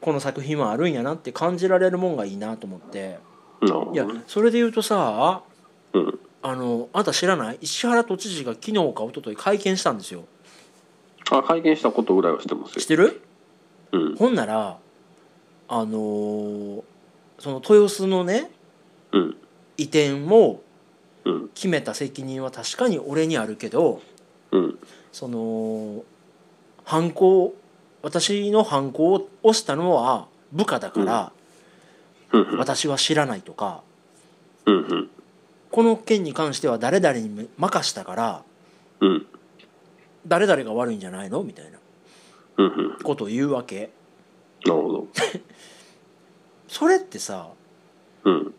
Speaker 2: この作品はあるんやなって感じられるもんがいいなと思って
Speaker 1: なるほ
Speaker 2: いや
Speaker 1: どね
Speaker 2: それで言うとさ
Speaker 1: うん
Speaker 2: あのあなた知らない石原都知事が昨日か一昨日会見したんですよ
Speaker 1: あ会見したことぐらいはしてますよ
Speaker 2: 知ってる
Speaker 1: うん
Speaker 2: ほんならあのーその豊洲のね
Speaker 1: うん
Speaker 2: 移転を
Speaker 1: うん
Speaker 2: 決めた責任は確かに俺にあるけど
Speaker 1: うん
Speaker 2: その犯行私の犯行を押したのは部下だから
Speaker 1: うんうん
Speaker 2: 私は知らないとか
Speaker 1: うんうん
Speaker 2: この件に関しては誰々に任したから
Speaker 1: うん
Speaker 2: 誰々が悪いんじゃないのみたいな
Speaker 1: うんうんなる
Speaker 2: ことを言うわけ
Speaker 1: ほど
Speaker 2: それってさ
Speaker 1: うん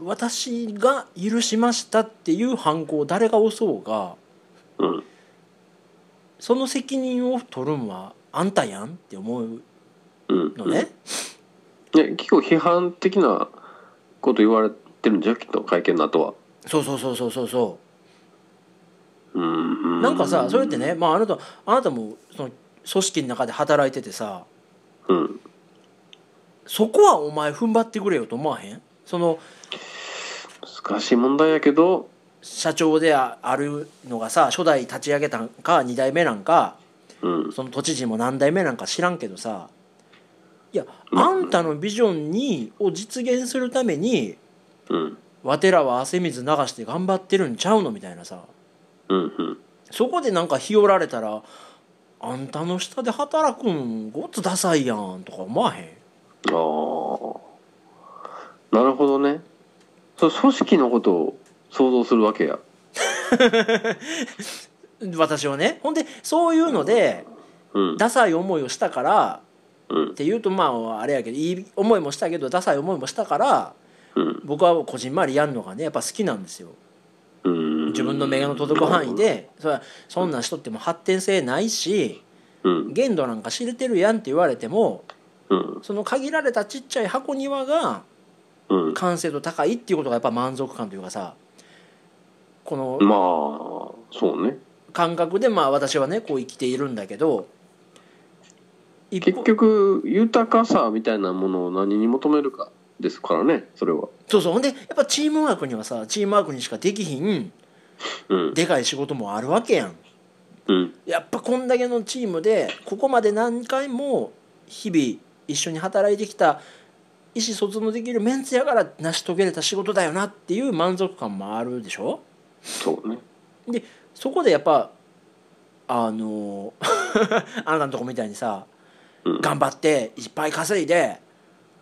Speaker 2: 私が許しましたっていう犯行を誰が押そうが
Speaker 1: うん
Speaker 2: その責任を取るんはあんたやんって思う
Speaker 1: うん
Speaker 2: のね、
Speaker 1: ね結構批判的なこと言われてるんじゃんきっと会見の後は
Speaker 2: そうそうそうそうそうそう
Speaker 1: うんうん
Speaker 2: なんかさそれってね、まあ、あなたあなたもその組織の中で働いててさ
Speaker 1: うん
Speaker 2: そこはお前踏ん張ってくれよと思わへんその
Speaker 1: 難しい問題やけど
Speaker 2: 社長でああるのがさ初代立ち上げたんか2代目なんか
Speaker 1: うん
Speaker 2: その都知事も何代目なんか知らんけどさいやあんたのビジョンにを実現するために
Speaker 1: うん
Speaker 2: わてらは汗水流して頑張ってるんちゃうのみたいなさ
Speaker 1: うんうん
Speaker 2: そこでなんか日和られたらあんたの下で働くんごっつダサいやんとか思わへん
Speaker 1: ああなるほどねそう組織のことを想像するわけや
Speaker 2: 私はねほんでそういうので
Speaker 1: うん
Speaker 2: ダサい思いをしたから
Speaker 1: うん
Speaker 2: っていうとまああれやけどいい思いもしたけどダサい思いもしたから
Speaker 1: うん
Speaker 2: 僕はこじんまりやるのがねやっぱ好きなんですよ
Speaker 1: うん
Speaker 2: 自分の目の届く範囲でそれはそんなんしとっても発展性ないし
Speaker 1: うん
Speaker 2: 限度なんか知れてるやんって言われても
Speaker 1: うん
Speaker 2: その限られたちっちゃい箱庭が
Speaker 1: うん
Speaker 2: 完成度高いっていうことがやっぱ満足感というかさこの
Speaker 1: まあそうね
Speaker 2: 感覚でまあ私はねこう生きているんだけど一方
Speaker 1: 結局豊かさみたいなものを何に求めるかですからねそれは
Speaker 2: そうそうほんでやっぱチームワークにはさチームワークにしかできひん
Speaker 1: うん
Speaker 2: でかい仕事もあるわけやん
Speaker 1: うん
Speaker 2: やっぱこんだけのチームでここまで何回も日々一緒に働いてきた意思疎通のできるメンツやから成し遂げれた仕事だよなっていう満足感もあるでしょ
Speaker 1: そうね
Speaker 2: そこでやっぱあの あなたのとこみたいにさ
Speaker 1: うん
Speaker 2: 頑張っていっぱい稼いで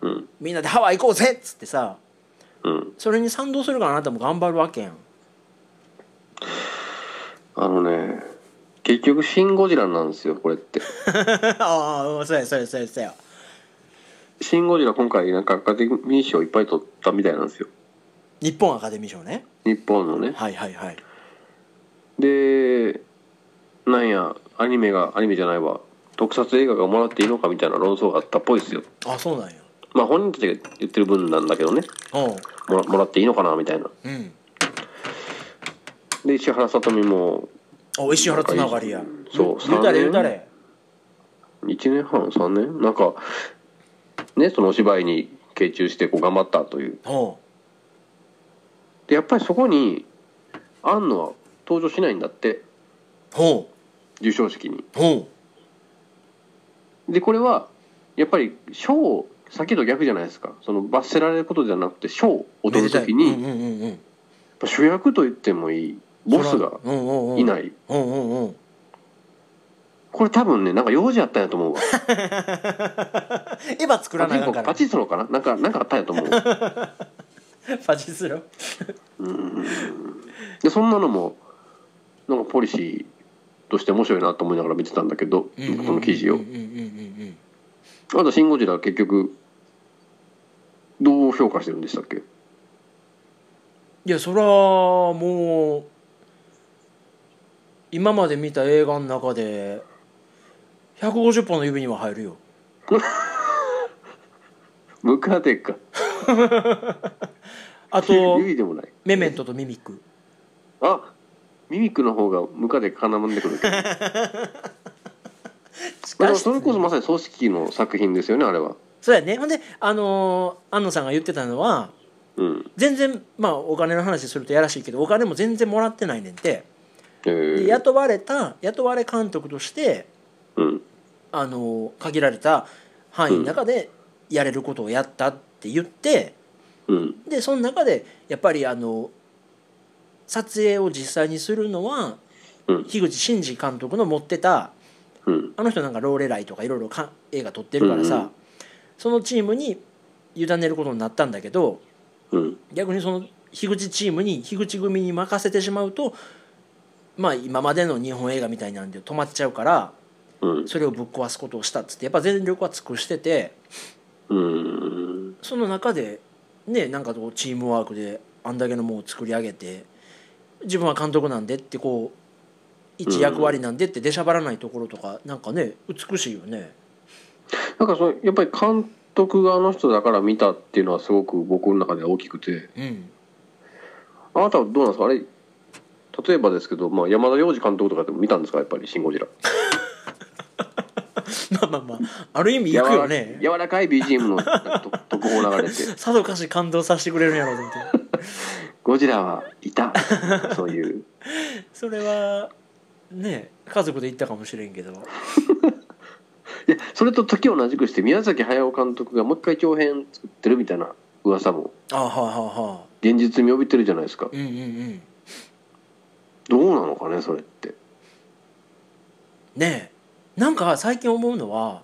Speaker 1: うん
Speaker 2: みんなでハワイ行こうぜっつってさ
Speaker 1: うん
Speaker 2: それに賛同するからあなたも頑張るわけやん
Speaker 1: あのね結局シン・ゴジラなんですよこれって
Speaker 2: ああそうやそうやそうやそうや
Speaker 1: シン・ゴジラ今回なんかアカデミー賞いっぱい取ったみたいなんですよ
Speaker 2: 日本アカデミー賞ね
Speaker 1: 日本のね
Speaker 2: はいはいはい
Speaker 1: でなんやアニメがアニメじゃないわ特撮映画がもらっていいのかみたいな論争があったっぽいですよ
Speaker 2: あそうなんや
Speaker 1: まあ本人たちが言ってる分なんだけどね
Speaker 2: う
Speaker 1: もらもらっていいのかなみたいなん
Speaker 2: うん
Speaker 1: で石原さとみも
Speaker 2: あ石原つながりや
Speaker 1: そう
Speaker 2: 言うたれ言うたれ
Speaker 1: 1年半3年なんかねそのお芝居に傾注してこう頑張ったという
Speaker 2: うん
Speaker 1: でやっぱりそこに庵野は登場しないんだって
Speaker 2: ほ
Speaker 1: 授賞式に
Speaker 2: うほ
Speaker 1: でこれはやっぱり賞をさっきと逆じゃないですかその罰せられることじゃなくて賞を
Speaker 2: う
Speaker 1: 取る時
Speaker 2: う
Speaker 1: に
Speaker 2: ん
Speaker 1: やっ
Speaker 2: うんうんうん
Speaker 1: ぱ主役と言ってもいいボスが
Speaker 2: うんうんうん
Speaker 1: いない
Speaker 2: うんうん うん
Speaker 1: これ多分ねなんか用事あったんやと思うわ
Speaker 2: エヴァ作ら
Speaker 1: パチ
Speaker 2: ない
Speaker 1: ンコ
Speaker 2: か
Speaker 1: パ
Speaker 2: ら
Speaker 1: チスロかななんかなんかあったんやと思う
Speaker 2: パチスロ
Speaker 1: うんでそんなのもなんかポリシーとして面白いなと思いながら見てたんだけど、この記事を、
Speaker 2: うんうんうんうん
Speaker 1: あと「シン・ゴジラ」は結局どう評価してるんでしたっけ
Speaker 2: いやそらもう今まで見た映画の中で150本の指には入るよ
Speaker 1: ムカデか
Speaker 2: あと
Speaker 1: ゆいでもない
Speaker 2: 「メメント」と「ミミック
Speaker 1: あミミックの方がムカデかなまんでく るけどま」あでもそれこそまさに組織の作品ですよねあれは
Speaker 2: そうやねほんであのー、安野さんが言ってたのは
Speaker 1: うん
Speaker 2: 全然まあお金の話するとやらしいけどお金も全然もらってないねんて
Speaker 1: え
Speaker 2: で
Speaker 1: ー、
Speaker 2: 雇われた雇われ監督として
Speaker 1: うん
Speaker 2: あの限られた範囲の中でやれることをやったって言って、
Speaker 1: うん
Speaker 2: でその中でやっぱりあの撮影を実際にするのは
Speaker 1: うん
Speaker 2: 樋口真嗣監督の持ってた
Speaker 1: うん
Speaker 2: あの人なんかローレライとかいろいろか映画撮ってるからさ、
Speaker 1: うんうん
Speaker 2: そのチームに委ねることになったんだけど
Speaker 1: うん
Speaker 2: 逆にその樋口チームに樋口組に任せてしまうとまあ今までの日本映画みたいなんで止まっちゃうから
Speaker 1: うん
Speaker 2: それをぶっ壊すことをしたっつってやっぱ全力は尽くしてて。
Speaker 1: うん
Speaker 2: その中でねなんかこうチームワークであんだけのものを作り上げて自分は監督なんでってこう一役割なんでって出しゃばらないところとかなんかね美しいよね
Speaker 1: なんかそのやっぱり監督があの人だから見たっていうのはすごく僕の中では大きくて
Speaker 2: うん
Speaker 1: あなたはどうなんですかあれ例えばですけど、まあ、山田洋次監督とかでも見たんですかやっぱり「シン・ゴジラ
Speaker 2: まあまあまあある意」味行くよ
Speaker 1: 柔
Speaker 2: ね
Speaker 1: ら柔らかい BGM のなんかと特報 流れて
Speaker 2: さぞかし感動させてくれるんやろうと思って
Speaker 1: 「ゴジラはいた」そういう
Speaker 2: それはね家族で行ったかもしれんけど
Speaker 1: いやそれと時を同じくして宮崎駿監督がもう一回長編作ってるみたいな噂も
Speaker 2: ああはあはあはあ
Speaker 1: 現実味帯びてるじゃないですか
Speaker 2: うんうんうん
Speaker 1: どうなのかねそれって
Speaker 2: ねえなんか最近思うのは、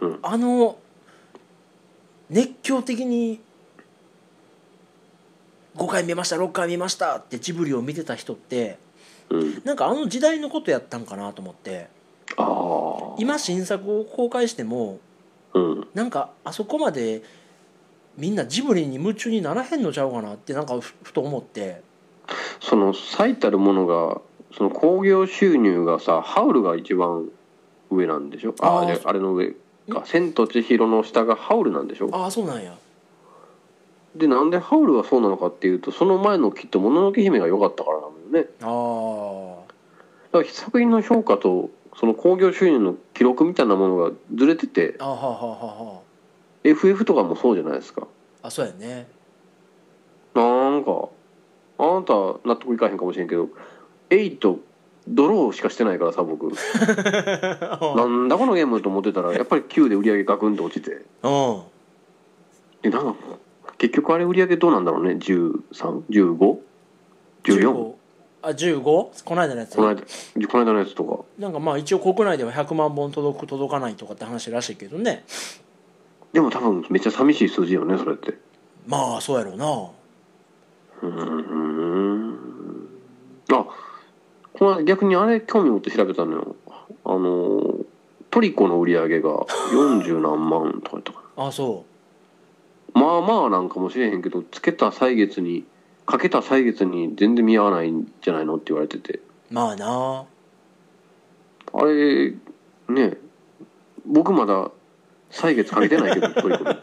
Speaker 1: うん
Speaker 2: あの熱狂的に5回見ました6回見ましたってジブリを見てた人って
Speaker 1: うん
Speaker 2: なんかあの時代のことやったんかなと思って
Speaker 1: ああ
Speaker 2: 今新作を公開しても
Speaker 1: うん
Speaker 2: なんかあそこまでみんなジブリに夢中にならへんのちゃうかなってなんかふふと思って
Speaker 1: その最たるものがその興行収入がさハウルが一番上なんでしょあ
Speaker 2: あー
Speaker 1: あれあれの上か「千と千尋」の下がハウルなんでしょ
Speaker 2: ああそうなんや
Speaker 1: でなんでハウルはそうなのかっていうとその前のきっと「もののけ姫」が良かったからなのよね
Speaker 2: ああ
Speaker 1: だから作品の評価とその興行収入の記録みたいなものがずれてて
Speaker 2: あーはあはあはあは
Speaker 1: FF とかもそうじゃないですか
Speaker 2: ああそうやね
Speaker 1: なんかあなた納得いかへんかもしれんけど8ドローしかしてないからさ僕なんだこのゲームと思ってたらやっぱり9で売り上げガクンと落ちて
Speaker 2: うん
Speaker 1: でなんか結局あれ売り上げどうなんだろうね131514
Speaker 2: 15あ15この間のやつ
Speaker 1: この間この間のやつとか
Speaker 2: なんかまあ一応国内では100万本届く届かないとかって話らしいけどね
Speaker 1: でも多分めっちゃ寂しい数字よねそれって
Speaker 2: まあそうやろうな
Speaker 1: うーんあこの逆にあれ興味持って調べたのよあのートリコの売り上げが40何万とかやったかな
Speaker 2: あそ
Speaker 1: まあまあなんかもしれへんけどつけた歳月にかけた歳月に全然見合わないんじゃないのって言われてて
Speaker 2: まあな
Speaker 1: あれね僕まだ歳月かけてないけどトリコに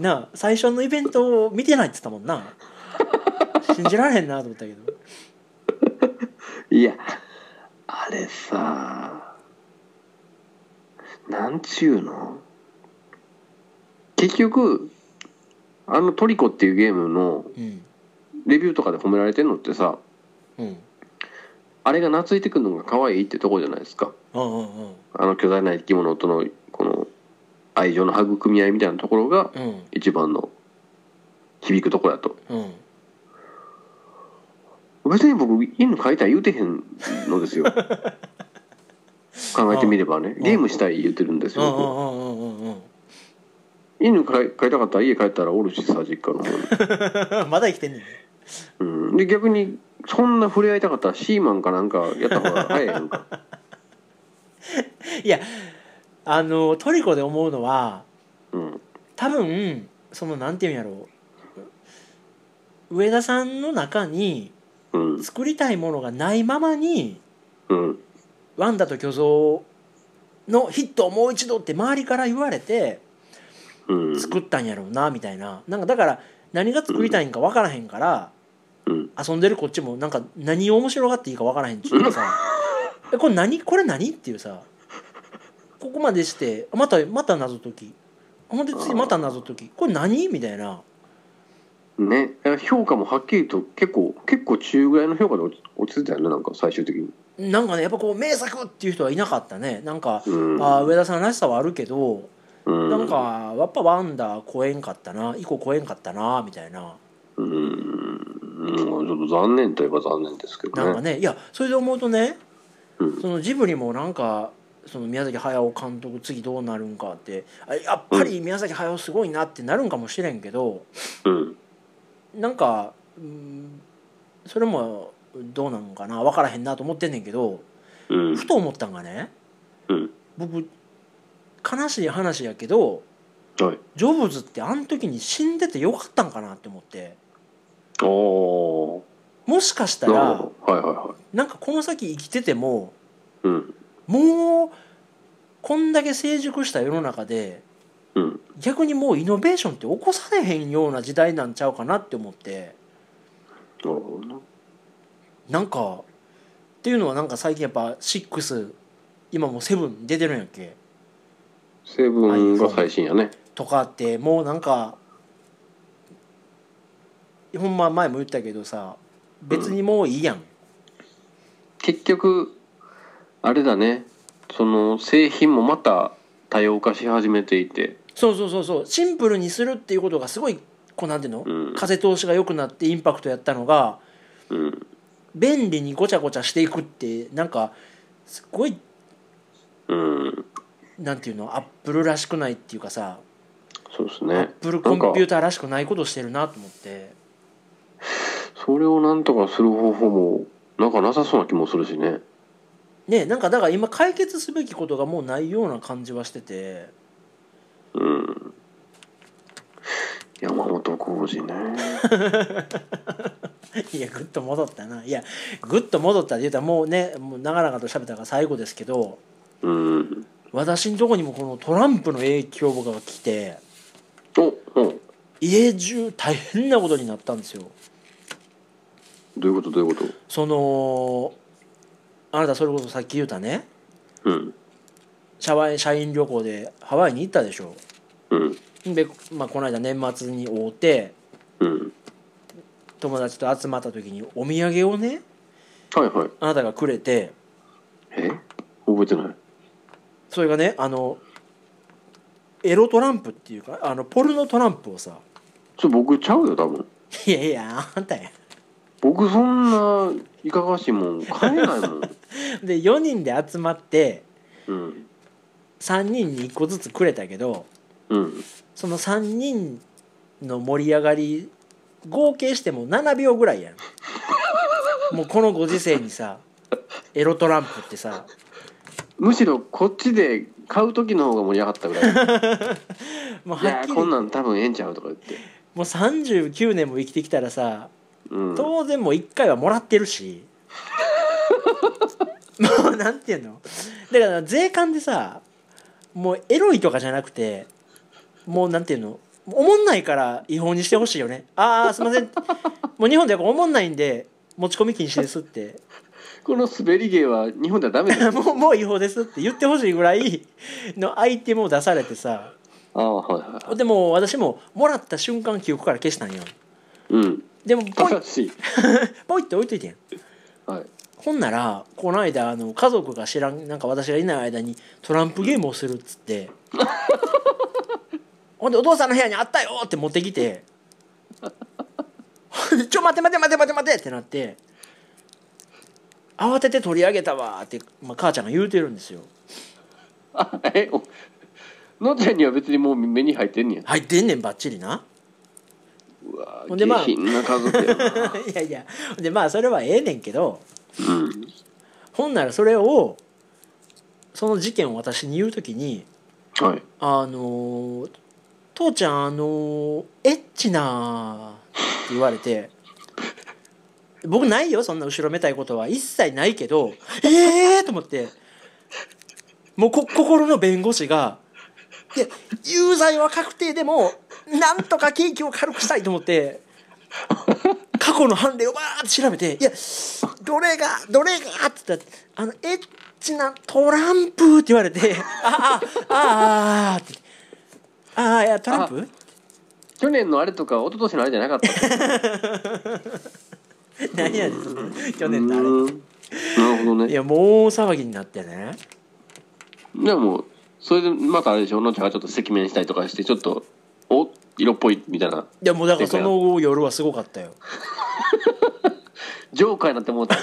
Speaker 2: なあ最初のイベントを見てないって言ったもん な信じられへんなと思ったけど
Speaker 1: いやあれさなんちゅうの結局あのトリコっていうゲームの
Speaker 2: うん
Speaker 1: レビューとかで褒められてるのってさ
Speaker 2: うん
Speaker 1: あれが懐いてくるのが可愛いってとこじゃないですか
Speaker 2: うんうん
Speaker 1: あの巨大な生き物とのこの愛情の育み合いみたいなところが
Speaker 2: うん
Speaker 1: 一番の響くところやと
Speaker 2: うん
Speaker 1: 別に僕犬飼いたい言うてへんのですよ考えてみればね
Speaker 2: うん
Speaker 1: ゲームしたい言うてるんです
Speaker 2: うん
Speaker 1: よ
Speaker 2: う
Speaker 1: 僕
Speaker 2: んうんうんうん
Speaker 1: 犬飼い飼いたかったら家帰ったらおるしさ実家の方に、
Speaker 2: うんまだ生きてんねん
Speaker 1: うん、で逆にそんな触れ合いたかったらシーマンかなんかやった方が早いや んか
Speaker 2: いやあのトリコで思うのは
Speaker 1: うん
Speaker 2: 多分そのなんていうんやろう上田さんの中に
Speaker 1: うん
Speaker 2: 作りたいものがないままに
Speaker 1: うん
Speaker 2: 「ワンダと巨像」のヒットをもう一度って周りから言われて
Speaker 1: うん
Speaker 2: 作ったんやろうなみたいななんかだから何が作りたいんか分からへんから
Speaker 1: うん
Speaker 2: 遊んでるこっちもなんか何を面白がっていいか分からへんっちゅうかさ「えこれ何これ何?」っていうさここまでしてあまたまた謎解きほんで次また謎解きこれ何みたいな。
Speaker 1: ねだから評価もはっきりと結構結構中ぐらいの評価で落ち落ち着いたよねなんか最終的に
Speaker 2: なんかねやっぱこう名作っていう人はいなかったねなんか、
Speaker 1: うん
Speaker 2: あー上田さんらしさはあるけど、
Speaker 1: うん
Speaker 2: なんかやっぱワンダー超えんかったな以降超えんかったなみたいな
Speaker 1: うんうんちょっと残念といえば残念ですけどね
Speaker 2: なんかねいやそれで思うとね
Speaker 1: うん
Speaker 2: そのジブリもなんかその宮崎駿監督次どうなるんかってあやっぱり宮崎駿すごいなってなるんかもしれんけど
Speaker 1: うん
Speaker 2: なんか、うん、それもどうなのかな分からへんなと思ってんねんけど
Speaker 1: うん
Speaker 2: ふと思ったんがね
Speaker 1: うん
Speaker 2: 僕悲しい話やけど
Speaker 1: はい
Speaker 2: ジョブズってあの時に死んでてよかったんかなって思って
Speaker 1: おお
Speaker 2: もしかした
Speaker 1: なる
Speaker 2: ら
Speaker 1: ほどはいはいはい
Speaker 2: なんかこの先生きてても
Speaker 1: うん
Speaker 2: もうこんだけ成熟した世の中で
Speaker 1: うん
Speaker 2: 逆にもうイノベーションって起こされへんような時代なんちゃうかなって思って
Speaker 1: なるほどな
Speaker 2: なんかっていうのはなんか最近やっぱ6今もう7出てるんやっけ
Speaker 1: 成分が最新やね
Speaker 2: とかってもうなんかほんま前も言ったけどさ別にもういいやん。
Speaker 1: 結局あれだねその製品もまた多様化し始めていて
Speaker 2: そうそうそうそうシンプルにするっていうことがすごいこうなんていうの、
Speaker 1: うん
Speaker 2: 風通しが良くなってインパクトやったのが
Speaker 1: うん
Speaker 2: 便利にごちゃごちゃしていくってなんかすごい
Speaker 1: うん
Speaker 2: なんていうのアップルらしくないっていうかさ
Speaker 1: そうです
Speaker 2: ア
Speaker 1: ね
Speaker 2: ップルコンピュー
Speaker 1: なんか
Speaker 2: ターらしくないことしてるなと思って
Speaker 1: それをなんとかする方法もなんかなさそうな気もするしね
Speaker 2: ねなんかだから今解決すべきことがもうないような感じはしてて
Speaker 1: うん山本浩二ね
Speaker 2: いやぐっと戻ったないやぐっと戻ったって言うたらもうねもう長々と喋ったから最後ですけど
Speaker 1: うん
Speaker 2: 私んとこにもこのトランプの影響が来て。
Speaker 1: おうん
Speaker 2: 家中大変なことになったんですよ
Speaker 1: どういうことどういうこと
Speaker 2: そのあなたそれこそさっき言ったね
Speaker 1: うん
Speaker 2: 社ワ社員旅行でハワイに行ったでしょ
Speaker 1: うん
Speaker 2: で、まあ、この間年末に会うて
Speaker 1: うん
Speaker 2: 友達と集まった時にお土産をね
Speaker 1: はいはい
Speaker 2: あなたがくれて
Speaker 1: え覚えてない
Speaker 2: それがねあのエロトランプっていうかあのポルノトランプをさ
Speaker 1: それ僕ちゃうよ多分
Speaker 2: いやいやあんたや
Speaker 1: 僕そんないかがわしいもん買えないもん
Speaker 2: で4人で集まって
Speaker 1: うん
Speaker 2: 3人に1個ずつくれたけど
Speaker 1: うん
Speaker 2: その3人の盛り上がり合計しても7秒ぐらいやんもうこのご時世にさエロトランプってさ
Speaker 1: むしろこっちで買う時の方が盛り上が ったぐらい「
Speaker 2: もう
Speaker 1: い
Speaker 2: は
Speaker 1: やー
Speaker 2: っきり
Speaker 1: こ
Speaker 2: も
Speaker 1: ん
Speaker 2: う
Speaker 1: なん多分ええんちゃう」とか言って、
Speaker 2: 39年も生きてきたらさ
Speaker 1: うん、
Speaker 2: 当然もう1回はもらって るしもうなんていうのだから税関でさもうエロいとかじゃなくてもうなんていうのおもんないから違法にしてほしいよねああすい ませんもう日本ではおもんないんで持ち込み禁止ですって
Speaker 1: この滑り芸は日本ではダメ だよ
Speaker 2: もうもう違法ですって言ってほしいぐらいのアイテムを出されてさ
Speaker 1: ああはいはいはい
Speaker 2: でも私ももらった瞬間記憶から消したんよ
Speaker 1: うん
Speaker 2: でもポイ
Speaker 1: 正しい
Speaker 2: ポイって置いといてん
Speaker 1: はい
Speaker 2: ほんならこの間あの家族が知らんなんか私がいない間にトランプゲームをするっつってほんでお父さんの部屋にあったよって持ってきて ほんでちょ待て待て待て待て待てってなって慌てて取り上げたわーって、まあ、母ちゃんが言うてるんですよ
Speaker 1: あえおのっちゃんには別にもう目に入ってんねや
Speaker 2: 入ってんねんばっちりな
Speaker 1: うわ
Speaker 2: ほんでまあ
Speaker 1: 下品な家族や な
Speaker 2: いやいやでまあそれはええねんけど
Speaker 1: うん
Speaker 2: ほんならそれをその事件を私に言うときに
Speaker 1: はい
Speaker 2: あのー父ちゃんあのーエッチなーって言われて僕ないよそんな後ろめたいことは一切ないけどええー、と思ってもうこ心の弁護士がいや有罪は確定でもなんとか刑期を軽くしたいと思って過去の判例をバーって調べていやどれがどれがって言ったらあのエッチなトランプって言われてああああってああいやトランプ
Speaker 1: 去年のあれとか一昨年のあれじゃなかった
Speaker 2: 何やねんその去年
Speaker 1: う
Speaker 2: の
Speaker 1: ーんなるほど
Speaker 2: あれい
Speaker 1: ね
Speaker 2: やもう大騒ぎになってね
Speaker 1: でもそれでまたあれでしょのっちゃんがちょっと赤面したりとかしてちょっとお色っぽいみたいない
Speaker 2: やもうだからその後夜はすごかったよ
Speaker 1: ジョーカーになって思った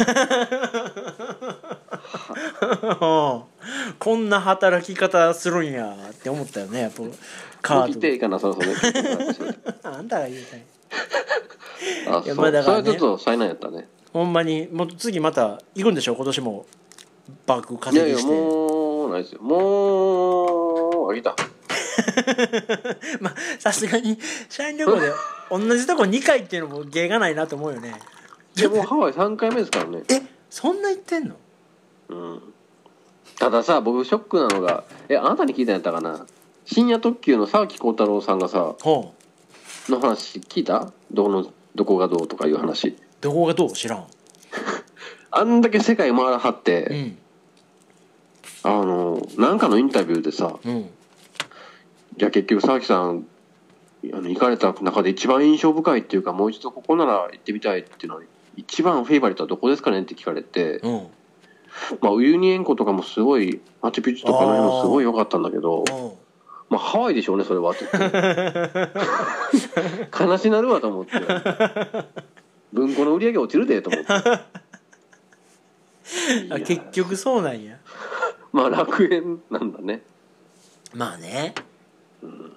Speaker 2: うん こんな働き方するんやって思ったよねやっぱ
Speaker 1: 起
Speaker 2: カー
Speaker 1: き
Speaker 2: ド
Speaker 1: ていいかなそろそ ろね
Speaker 2: あんたが言うたんや
Speaker 1: あ
Speaker 2: い
Speaker 1: そ
Speaker 2: や
Speaker 1: う、
Speaker 2: まあだ
Speaker 1: そ
Speaker 2: か
Speaker 1: れは
Speaker 2: ら
Speaker 1: ち
Speaker 2: ね
Speaker 1: ょっと災難やったね
Speaker 2: ほんまにもう次また行くんでしょ今年もバッグ
Speaker 1: いや
Speaker 2: 稼
Speaker 1: い
Speaker 2: ぎ
Speaker 1: や
Speaker 2: して
Speaker 1: もうないですよもうあげた
Speaker 2: まあさすがに社員旅行で同じとこ2回っていうのも芸がないなと思うよね
Speaker 1: で もうハワイ3回目ですからね
Speaker 2: えそんな言ってんの
Speaker 1: うんたださ僕ショックなのがえあなたに聞いたんやったかな深夜特急の沢木耕太郎さんがさ
Speaker 2: ほう
Speaker 1: の話聞いたどこのどこがどうとかいう話
Speaker 2: どこがどう知らん
Speaker 1: あんだけ世界回らはっ
Speaker 2: う
Speaker 1: て、
Speaker 2: ん
Speaker 1: あのなんかのインタビューでさ
Speaker 2: うん
Speaker 1: じゃあ結局沢木さんあの行かれた中で一番印象深いっていうかもう一度ここなら行ってみたいっていうのは一番フェイバリットはどこですかねって聞かれて、
Speaker 2: うんうん
Speaker 1: まあ、ウユニ塩湖とかもすごいマチュピチュとかの辺もすごい良かったんだけどまあハワイでしょうねそれはって悲しなるわと思って文庫の売り上げ落ちるでと思っていや
Speaker 2: あ結局そうなんや
Speaker 1: まあ楽園なんだね
Speaker 2: まあね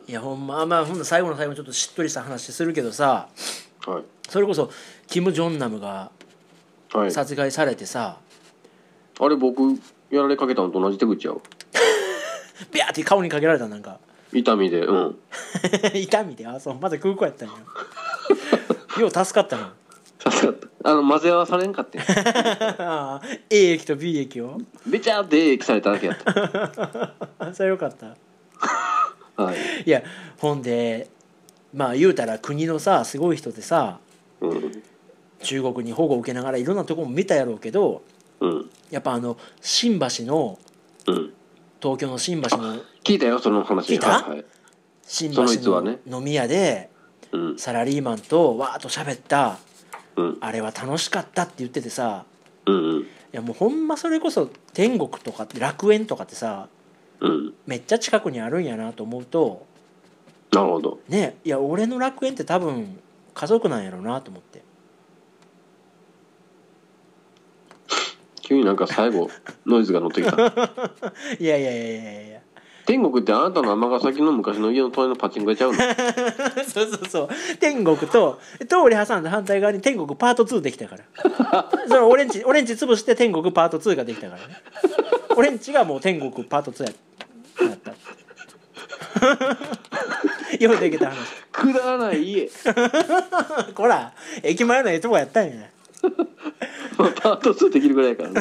Speaker 2: いやほんままあほんな最後の最後にちょっとしっとりした話するけどさ
Speaker 1: は
Speaker 2: それこそキム・ジョンナムが
Speaker 1: い、はい、
Speaker 2: 殺害されてさ
Speaker 1: あれ僕やられかけたのと同じ手口やわ
Speaker 2: ビャーって顔にかけられたなんか
Speaker 1: 痛みでうん
Speaker 2: 痛みであそうまだ空港やったんやよう助かったな
Speaker 1: 助か ったあの混ぜ合わされんかって
Speaker 2: ああ A 液と B 液を
Speaker 1: べちゃーって液されただけやった
Speaker 2: あそれよかった
Speaker 1: はい、
Speaker 2: いやほんでまあ言うたら国のさすごい人でさ
Speaker 1: うん
Speaker 2: 中国に保護を受けながらいろんなとこも見たやろうけど
Speaker 1: うん
Speaker 2: やっぱあの新橋の
Speaker 1: うん、
Speaker 2: 東京の新橋の
Speaker 1: 聞いたよその話
Speaker 2: 聞いた
Speaker 1: はいはい
Speaker 2: 新橋
Speaker 1: その逸話ね
Speaker 2: の飲み屋で
Speaker 1: うん
Speaker 2: サラリーマンとわーっと喋った
Speaker 1: うん
Speaker 2: あれは楽しかったって言っててさ
Speaker 1: うんうん
Speaker 2: いやもうほんまそれこそ天国とかって楽園とかってさ
Speaker 1: うん
Speaker 2: めっちゃ近くにあるんやなと思うと
Speaker 1: なるほど
Speaker 2: ねいや俺の楽園って多分家族なんやろうなと思って
Speaker 1: 急になんか最後ノイズが乗ってき た
Speaker 2: いやいやいやいやいや
Speaker 1: 天国ってあなたの尼崎の昔の家の隣のパチンコ屋ちゃうの
Speaker 2: そうそうそう天国と通り挟んだ反対側に天国パート2できたからそのオレンジオレンジ潰して天国パート2ができたからねオレンジがもう天国パート2やなった ようできた話
Speaker 1: くだらない家
Speaker 2: こら駅前のええとこやったんや
Speaker 1: パート2できるぐらいやからね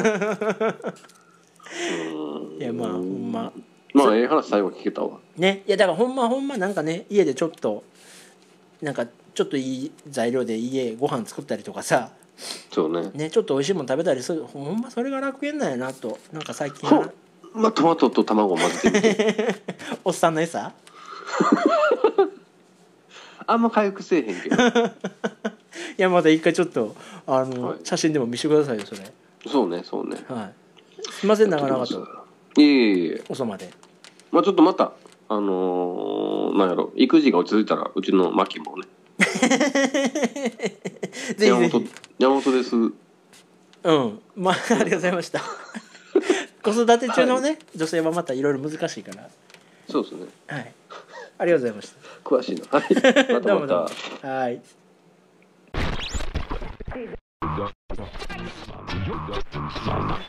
Speaker 2: いやまあほんま
Speaker 1: まあええ話最後聞けたわ
Speaker 2: ねいやだからほんまほんまなんかね家でちょっとなんかちょっといい材料で家ご飯作ったりとかさ
Speaker 1: そうね
Speaker 2: ねちょっと美味しいもの食べたりするほんまそれが楽園なんやなとなんか最近
Speaker 1: ほまあトマトと卵を混ぜてみて
Speaker 2: おっさんの餌
Speaker 1: あんま回復せえへんけど
Speaker 2: いやまた一回ちょっとあの、
Speaker 1: はい
Speaker 2: 写真でも見せてくださいよそれ
Speaker 1: そうねそうね
Speaker 2: はいすいません長々と
Speaker 1: いえいえいえ
Speaker 2: 遅まで
Speaker 1: まあちょっとまたあのー、なんやろ育児が落ち着いたらうちのマキもね
Speaker 2: ぜひぜ
Speaker 1: 山本
Speaker 2: ひ
Speaker 1: 山本です
Speaker 2: うんまあ ありがとうございました 子育て中のね、女性はまたいろいろ難しいから
Speaker 1: そうですね
Speaker 2: はいありがとうございました
Speaker 1: 詳しいなはい ま
Speaker 2: どう
Speaker 1: た
Speaker 2: も
Speaker 1: ま
Speaker 2: ど
Speaker 1: た
Speaker 2: うもはい
Speaker 3: Doctor, doctor, doctor,